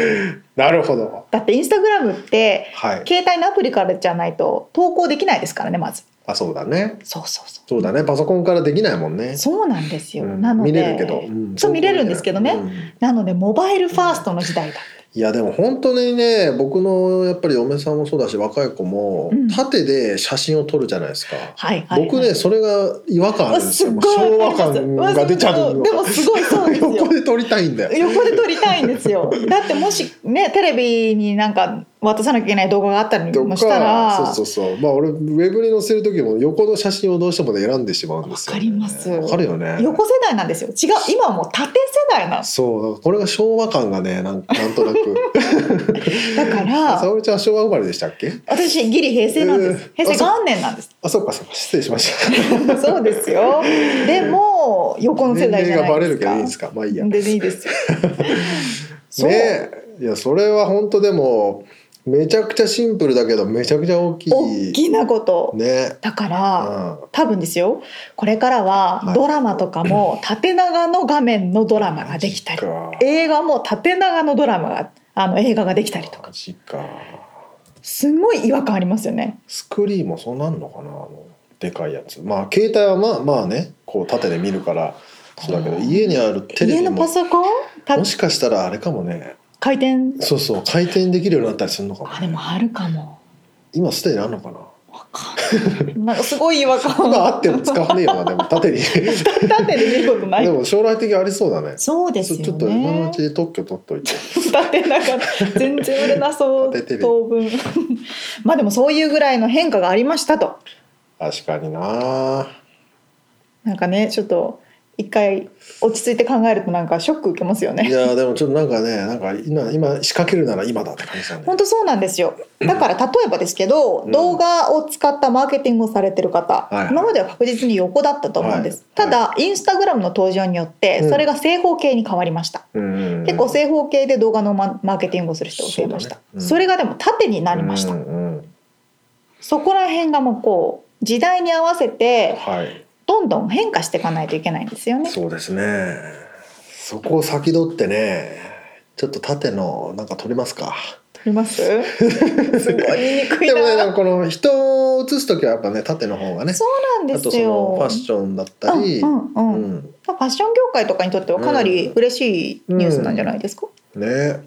[SPEAKER 1] なるほど
[SPEAKER 2] だってインスタグラムって、
[SPEAKER 1] はい
[SPEAKER 2] 携帯のアプリからじゃないと投稿できないですからねまず。
[SPEAKER 1] あそうだね
[SPEAKER 2] そうそうそう。
[SPEAKER 1] そうだねパソコンからできないもんね
[SPEAKER 2] そうなんですよ。
[SPEAKER 1] うん
[SPEAKER 2] なので
[SPEAKER 1] 見れるけどうん
[SPEAKER 2] そう見れるんですけどね。
[SPEAKER 1] うん
[SPEAKER 2] なのでモバイルファーストの時代だ。
[SPEAKER 1] いやでも本当にね僕のやっぱり嫁さんもそうだし若い子も
[SPEAKER 2] うん
[SPEAKER 1] 縦で写真を撮るじゃないですか、
[SPEAKER 2] はいはい、はい。
[SPEAKER 1] 僕ねそれが違和感あるんですよ
[SPEAKER 2] すっごい
[SPEAKER 1] 昭和
[SPEAKER 2] わかり
[SPEAKER 1] 感
[SPEAKER 2] ます
[SPEAKER 1] が出ちゃうの
[SPEAKER 2] でもすごいそうですよ
[SPEAKER 1] 横で撮りたいんだよ
[SPEAKER 2] 横で撮りたいんですよだってもしねテレビになんか渡さなきゃいけない動画があったり
[SPEAKER 1] と
[SPEAKER 2] も
[SPEAKER 1] か
[SPEAKER 2] したら
[SPEAKER 1] そうそうそうまあ俺ウェブに載せる時も横の写真をどうしてもね選んでしまうんですよ、ね、
[SPEAKER 2] わかります
[SPEAKER 1] わかるよね
[SPEAKER 2] 横世代なんですよ違う今はもう縦世代なんです
[SPEAKER 1] そうだからこれが昭和感がねなんなんとなく
[SPEAKER 2] だか
[SPEAKER 1] 沙
[SPEAKER 2] ら
[SPEAKER 1] 織ちゃんは昭和生まれでしたっけ
[SPEAKER 2] 私ギリ平成なんです、
[SPEAKER 1] えー
[SPEAKER 2] 平成元年なんです
[SPEAKER 1] あそうかそうか失礼しました
[SPEAKER 2] そうですよでも横の世代じゃ
[SPEAKER 1] 年齢が
[SPEAKER 2] ない
[SPEAKER 1] バ
[SPEAKER 2] で
[SPEAKER 1] レる
[SPEAKER 2] す
[SPEAKER 1] けどいいん
[SPEAKER 2] か
[SPEAKER 1] ですかまあいいや
[SPEAKER 2] でいいですよそう、
[SPEAKER 1] ねえいやそれは本当でもめちゃくちゃシンプルだけどめちゃくちゃ大きい
[SPEAKER 2] 大きなこと、
[SPEAKER 1] ね
[SPEAKER 2] だか
[SPEAKER 1] う
[SPEAKER 2] ら、
[SPEAKER 1] ん
[SPEAKER 2] 多分ですよこれから
[SPEAKER 1] は
[SPEAKER 2] はいドラマとか も縦長の画面のドラマができたり
[SPEAKER 1] マジか
[SPEAKER 2] 映画も縦長のドラマがあの映画ができたりとか
[SPEAKER 1] マジか
[SPEAKER 2] すごい違和感ありますよね
[SPEAKER 1] スクリーンもそうなんのかなあのでかいやつまあ携帯はまあまあねこう縦で見るからそうだけど家にあるテレ
[SPEAKER 2] 家
[SPEAKER 1] ビ
[SPEAKER 2] の
[SPEAKER 1] も
[SPEAKER 2] パソコンた
[SPEAKER 1] もしかしたらあれかもね
[SPEAKER 2] 回転
[SPEAKER 1] そうそう回転できるようになったりするのかも
[SPEAKER 2] あでもあるかも
[SPEAKER 1] 今すでにあるのかな
[SPEAKER 2] わかんないなんかすごい違和感
[SPEAKER 1] 今あっても使わねえよなでも縦に
[SPEAKER 2] 縦で見る ことな
[SPEAKER 1] で
[SPEAKER 2] い
[SPEAKER 1] も将来的にありそうだね
[SPEAKER 2] そうですよ
[SPEAKER 1] そう
[SPEAKER 2] ね
[SPEAKER 1] ちょっと今のうちで特許取っといて
[SPEAKER 2] 縦長全然売れな そう
[SPEAKER 1] 縦テレビ
[SPEAKER 2] 当分 まあでもそういうぐらいの変化がありましたと
[SPEAKER 1] 確かにな
[SPEAKER 2] なんかねちょっと一回落ち着いて考えるとなんかショック受けますよ
[SPEAKER 1] い
[SPEAKER 2] ね
[SPEAKER 1] やでもちょっとなんかねなんか今今仕掛けるなら今だって感じだね
[SPEAKER 2] 本当そうなんです よだから例えばですけど、
[SPEAKER 1] うん
[SPEAKER 2] 動画を使ったマーケティングをされてる方、
[SPEAKER 1] はい
[SPEAKER 2] 今までは確実に横だったと思うんです、
[SPEAKER 1] はい
[SPEAKER 2] ただ、インスタグラムの登場によって
[SPEAKER 1] うん
[SPEAKER 2] それが正方形に変わりました、
[SPEAKER 1] うん
[SPEAKER 2] 結構正方形で動画のママーケティングをする人が増えました
[SPEAKER 1] そう
[SPEAKER 2] そ,、
[SPEAKER 1] だねう
[SPEAKER 2] れ
[SPEAKER 1] ん
[SPEAKER 2] がでも縦になりました、
[SPEAKER 1] うんうん
[SPEAKER 2] そこら辺がもうこう時代に合わせて
[SPEAKER 1] はい
[SPEAKER 2] どんどん変化していかないといけないんですよね
[SPEAKER 1] そうですねそこを先取ってねちょっと縦のなんか取れますか
[SPEAKER 2] ありますす ごい言いにくい
[SPEAKER 1] でも
[SPEAKER 2] な
[SPEAKER 1] ねなんかこの人を写す時はやっぱね縦の方がね
[SPEAKER 2] そうなん
[SPEAKER 1] あ
[SPEAKER 2] で
[SPEAKER 1] と
[SPEAKER 2] す
[SPEAKER 1] その
[SPEAKER 2] よ
[SPEAKER 1] ファッションだったり
[SPEAKER 2] うんうんうん
[SPEAKER 1] うん
[SPEAKER 2] まあファッション業界とかにとってはかなり嬉しいニュースなんじゃないですか、
[SPEAKER 1] ね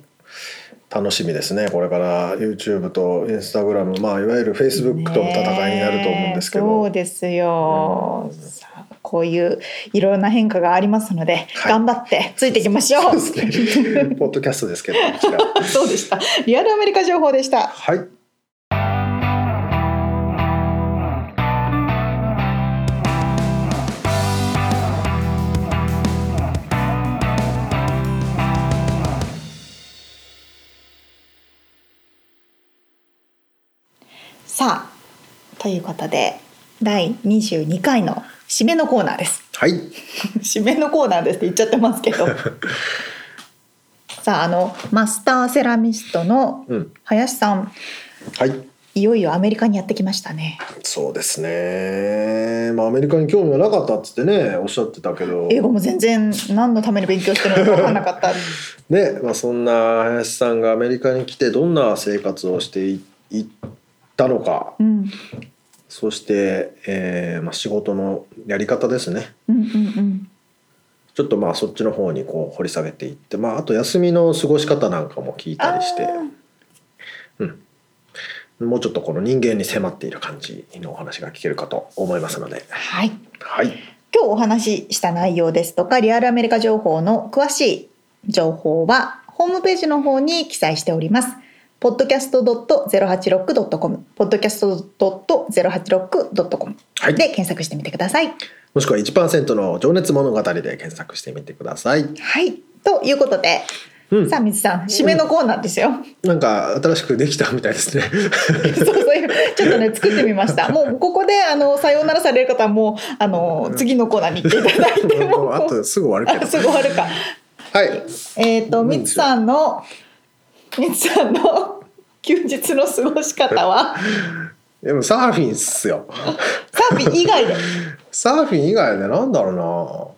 [SPEAKER 1] 楽しみですねこれから YouTube と Instagram まあいわゆる Facebook との戦いになると思うんですけ
[SPEAKER 2] ねえそ
[SPEAKER 1] ど、
[SPEAKER 2] うですよ、
[SPEAKER 1] うん
[SPEAKER 2] さあこういういろんな変化がありますので、
[SPEAKER 1] はい
[SPEAKER 2] 頑張ってついていきましょう
[SPEAKER 1] そうですねポッドキャストですけどこちら は
[SPEAKER 2] そうでしたリアルアメリカ情報でした
[SPEAKER 1] はい
[SPEAKER 2] さあということで第22回の締めのコーナーです
[SPEAKER 1] はい
[SPEAKER 2] 締めのコーナーですって言っちゃってます けどさああのマスターセラミストの
[SPEAKER 1] うん
[SPEAKER 2] 林さん
[SPEAKER 1] はい
[SPEAKER 2] いよいよアメリカにやってきましたね
[SPEAKER 1] そうですねまあアメリカに興味はなかったっつってねおっしゃってたけど
[SPEAKER 2] 英語も全然何のために勉強してるのか分かんなかった
[SPEAKER 1] ねまあ、そんな林さんがアメリカに来てどんな生活をしていいったのか
[SPEAKER 2] うん
[SPEAKER 1] そして、えーまあ、仕事のやり方ですね
[SPEAKER 2] うんうんうん
[SPEAKER 1] ちょっとまあそっちの方にこう掘り下げていって、まあ、あと休みの過ごし方なんかも聞いたりして
[SPEAKER 2] あー
[SPEAKER 1] もうちょっとこの人間に迫っている感じのお話が聞けるかと思いますので
[SPEAKER 2] はい
[SPEAKER 1] はい
[SPEAKER 2] 今日お話しした内容ですとかリアルアメリカ情報の詳しい情報はホームページの方に記載しております。podcast.086.com podcast.086.com
[SPEAKER 1] はい
[SPEAKER 2] で検索してみてください。
[SPEAKER 1] もしくは1%の情熱物語で検索してみてください、
[SPEAKER 2] はい。ということで、
[SPEAKER 1] うん
[SPEAKER 2] さあ、水さん、締めのコーナーですよ。
[SPEAKER 1] なんか新しくできたみたいで すね
[SPEAKER 2] そうそういう、ちょっとね、作ってみま した。もう、ここで、あの、さようならされる方はもう、あの、次のコーナーに行っていただいても
[SPEAKER 1] もうあとすぐ終わる
[SPEAKER 2] あ、
[SPEAKER 1] け
[SPEAKER 2] す
[SPEAKER 1] ど
[SPEAKER 2] ぐ終わるか。
[SPEAKER 1] はい
[SPEAKER 2] えっ、と、
[SPEAKER 1] 何
[SPEAKER 2] み
[SPEAKER 1] で
[SPEAKER 2] つ
[SPEAKER 1] しょう
[SPEAKER 2] さんの。みつさんの。休日の過ごし方は。
[SPEAKER 1] でもサーフィンっすよ
[SPEAKER 2] サーフィン以外で。
[SPEAKER 1] サーフィン以外でなんだろ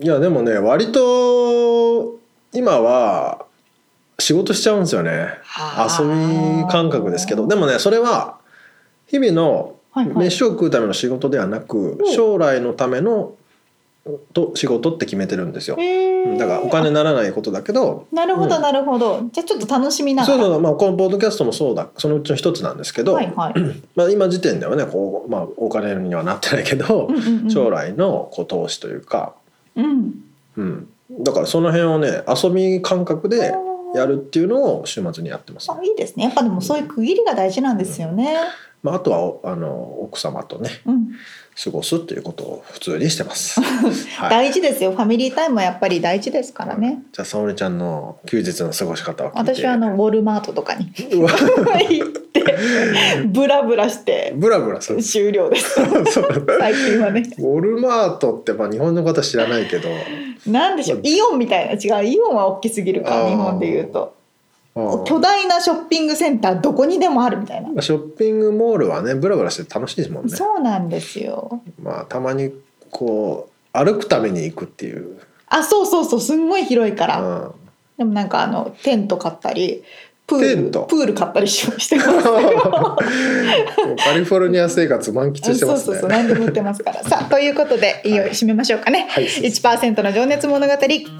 [SPEAKER 1] うないやでもね割と今は仕事しちゃうんですよね
[SPEAKER 2] はあ
[SPEAKER 1] 遊び感覚ですけどでもねそれは日々の
[SPEAKER 2] はいはい
[SPEAKER 1] 飯を食うための仕事ではなく、
[SPEAKER 2] うん
[SPEAKER 1] 将来のためのと仕事って決めてるんですよだからお金にならないことだけど
[SPEAKER 2] なるほ
[SPEAKER 1] う
[SPEAKER 2] ど、
[SPEAKER 1] ん
[SPEAKER 2] なるほど。じゃ、あちょっと楽しみな
[SPEAKER 1] そ
[SPEAKER 2] が
[SPEAKER 1] う
[SPEAKER 2] ら。
[SPEAKER 1] そう、まあ、このポッドキャストもそうだそのうちの一つなんですけど、
[SPEAKER 2] はいはい。
[SPEAKER 1] まあ、今時点ではねこう、まあ、お金にはなってないけど、
[SPEAKER 2] うんうんうん
[SPEAKER 1] 将来のこう投資というか、
[SPEAKER 2] うん。
[SPEAKER 1] うん、だからその辺をね遊び感覚でやるっていうのを週末にやってます、
[SPEAKER 2] あ、いいですね。やっぱでも、そういう区切りが大事なんですよね。
[SPEAKER 1] まあ、あとはおあの奥様とね
[SPEAKER 2] うん。
[SPEAKER 1] 過ごすっていうことを普通にして ます、はい、
[SPEAKER 2] 大事ですよ。ファミリータイムはやっぱり大事ですからね。
[SPEAKER 1] じゃあ沙織ちゃんの休日の過ごし方を聞いて
[SPEAKER 2] 私はあのウォルマートとかに
[SPEAKER 1] うわ
[SPEAKER 2] 行ってブラブラして
[SPEAKER 1] ブラブラする
[SPEAKER 2] 終了です。
[SPEAKER 1] そう
[SPEAKER 2] 最近はね。
[SPEAKER 1] ウォルマートってまあ日本の方知らないけど
[SPEAKER 2] なんでしょうイオンみたいな違うイオンは大きすぎる
[SPEAKER 1] あ
[SPEAKER 2] か
[SPEAKER 1] ー
[SPEAKER 2] 日本で言うと
[SPEAKER 1] うん
[SPEAKER 2] 巨大なショッピングセンターどこにでもあるみたいな、
[SPEAKER 1] ショッピングモールはねブラブラして楽しいですもんね
[SPEAKER 2] そうなんですよ
[SPEAKER 1] まあたまにこう歩くために行くっていう、
[SPEAKER 2] あそうそうそうすんごい広いか
[SPEAKER 1] う
[SPEAKER 2] ら、
[SPEAKER 1] ん、
[SPEAKER 2] でもなんかあのテント買ったりプー
[SPEAKER 1] テ
[SPEAKER 2] ル
[SPEAKER 1] ント
[SPEAKER 2] プール買ったりし してます
[SPEAKER 1] もうカリフォルニア生活満喫して
[SPEAKER 2] そ
[SPEAKER 1] ま
[SPEAKER 2] う
[SPEAKER 1] す
[SPEAKER 2] そう
[SPEAKER 1] ね
[SPEAKER 2] そう何でも売ってます からさあということでいよいよ締めましょうかね、
[SPEAKER 1] はい
[SPEAKER 2] 1%の情熱物語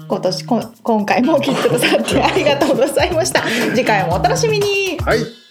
[SPEAKER 2] 今年こ今回も聞いてくださってありがとうございました次回もお楽しみに
[SPEAKER 1] はい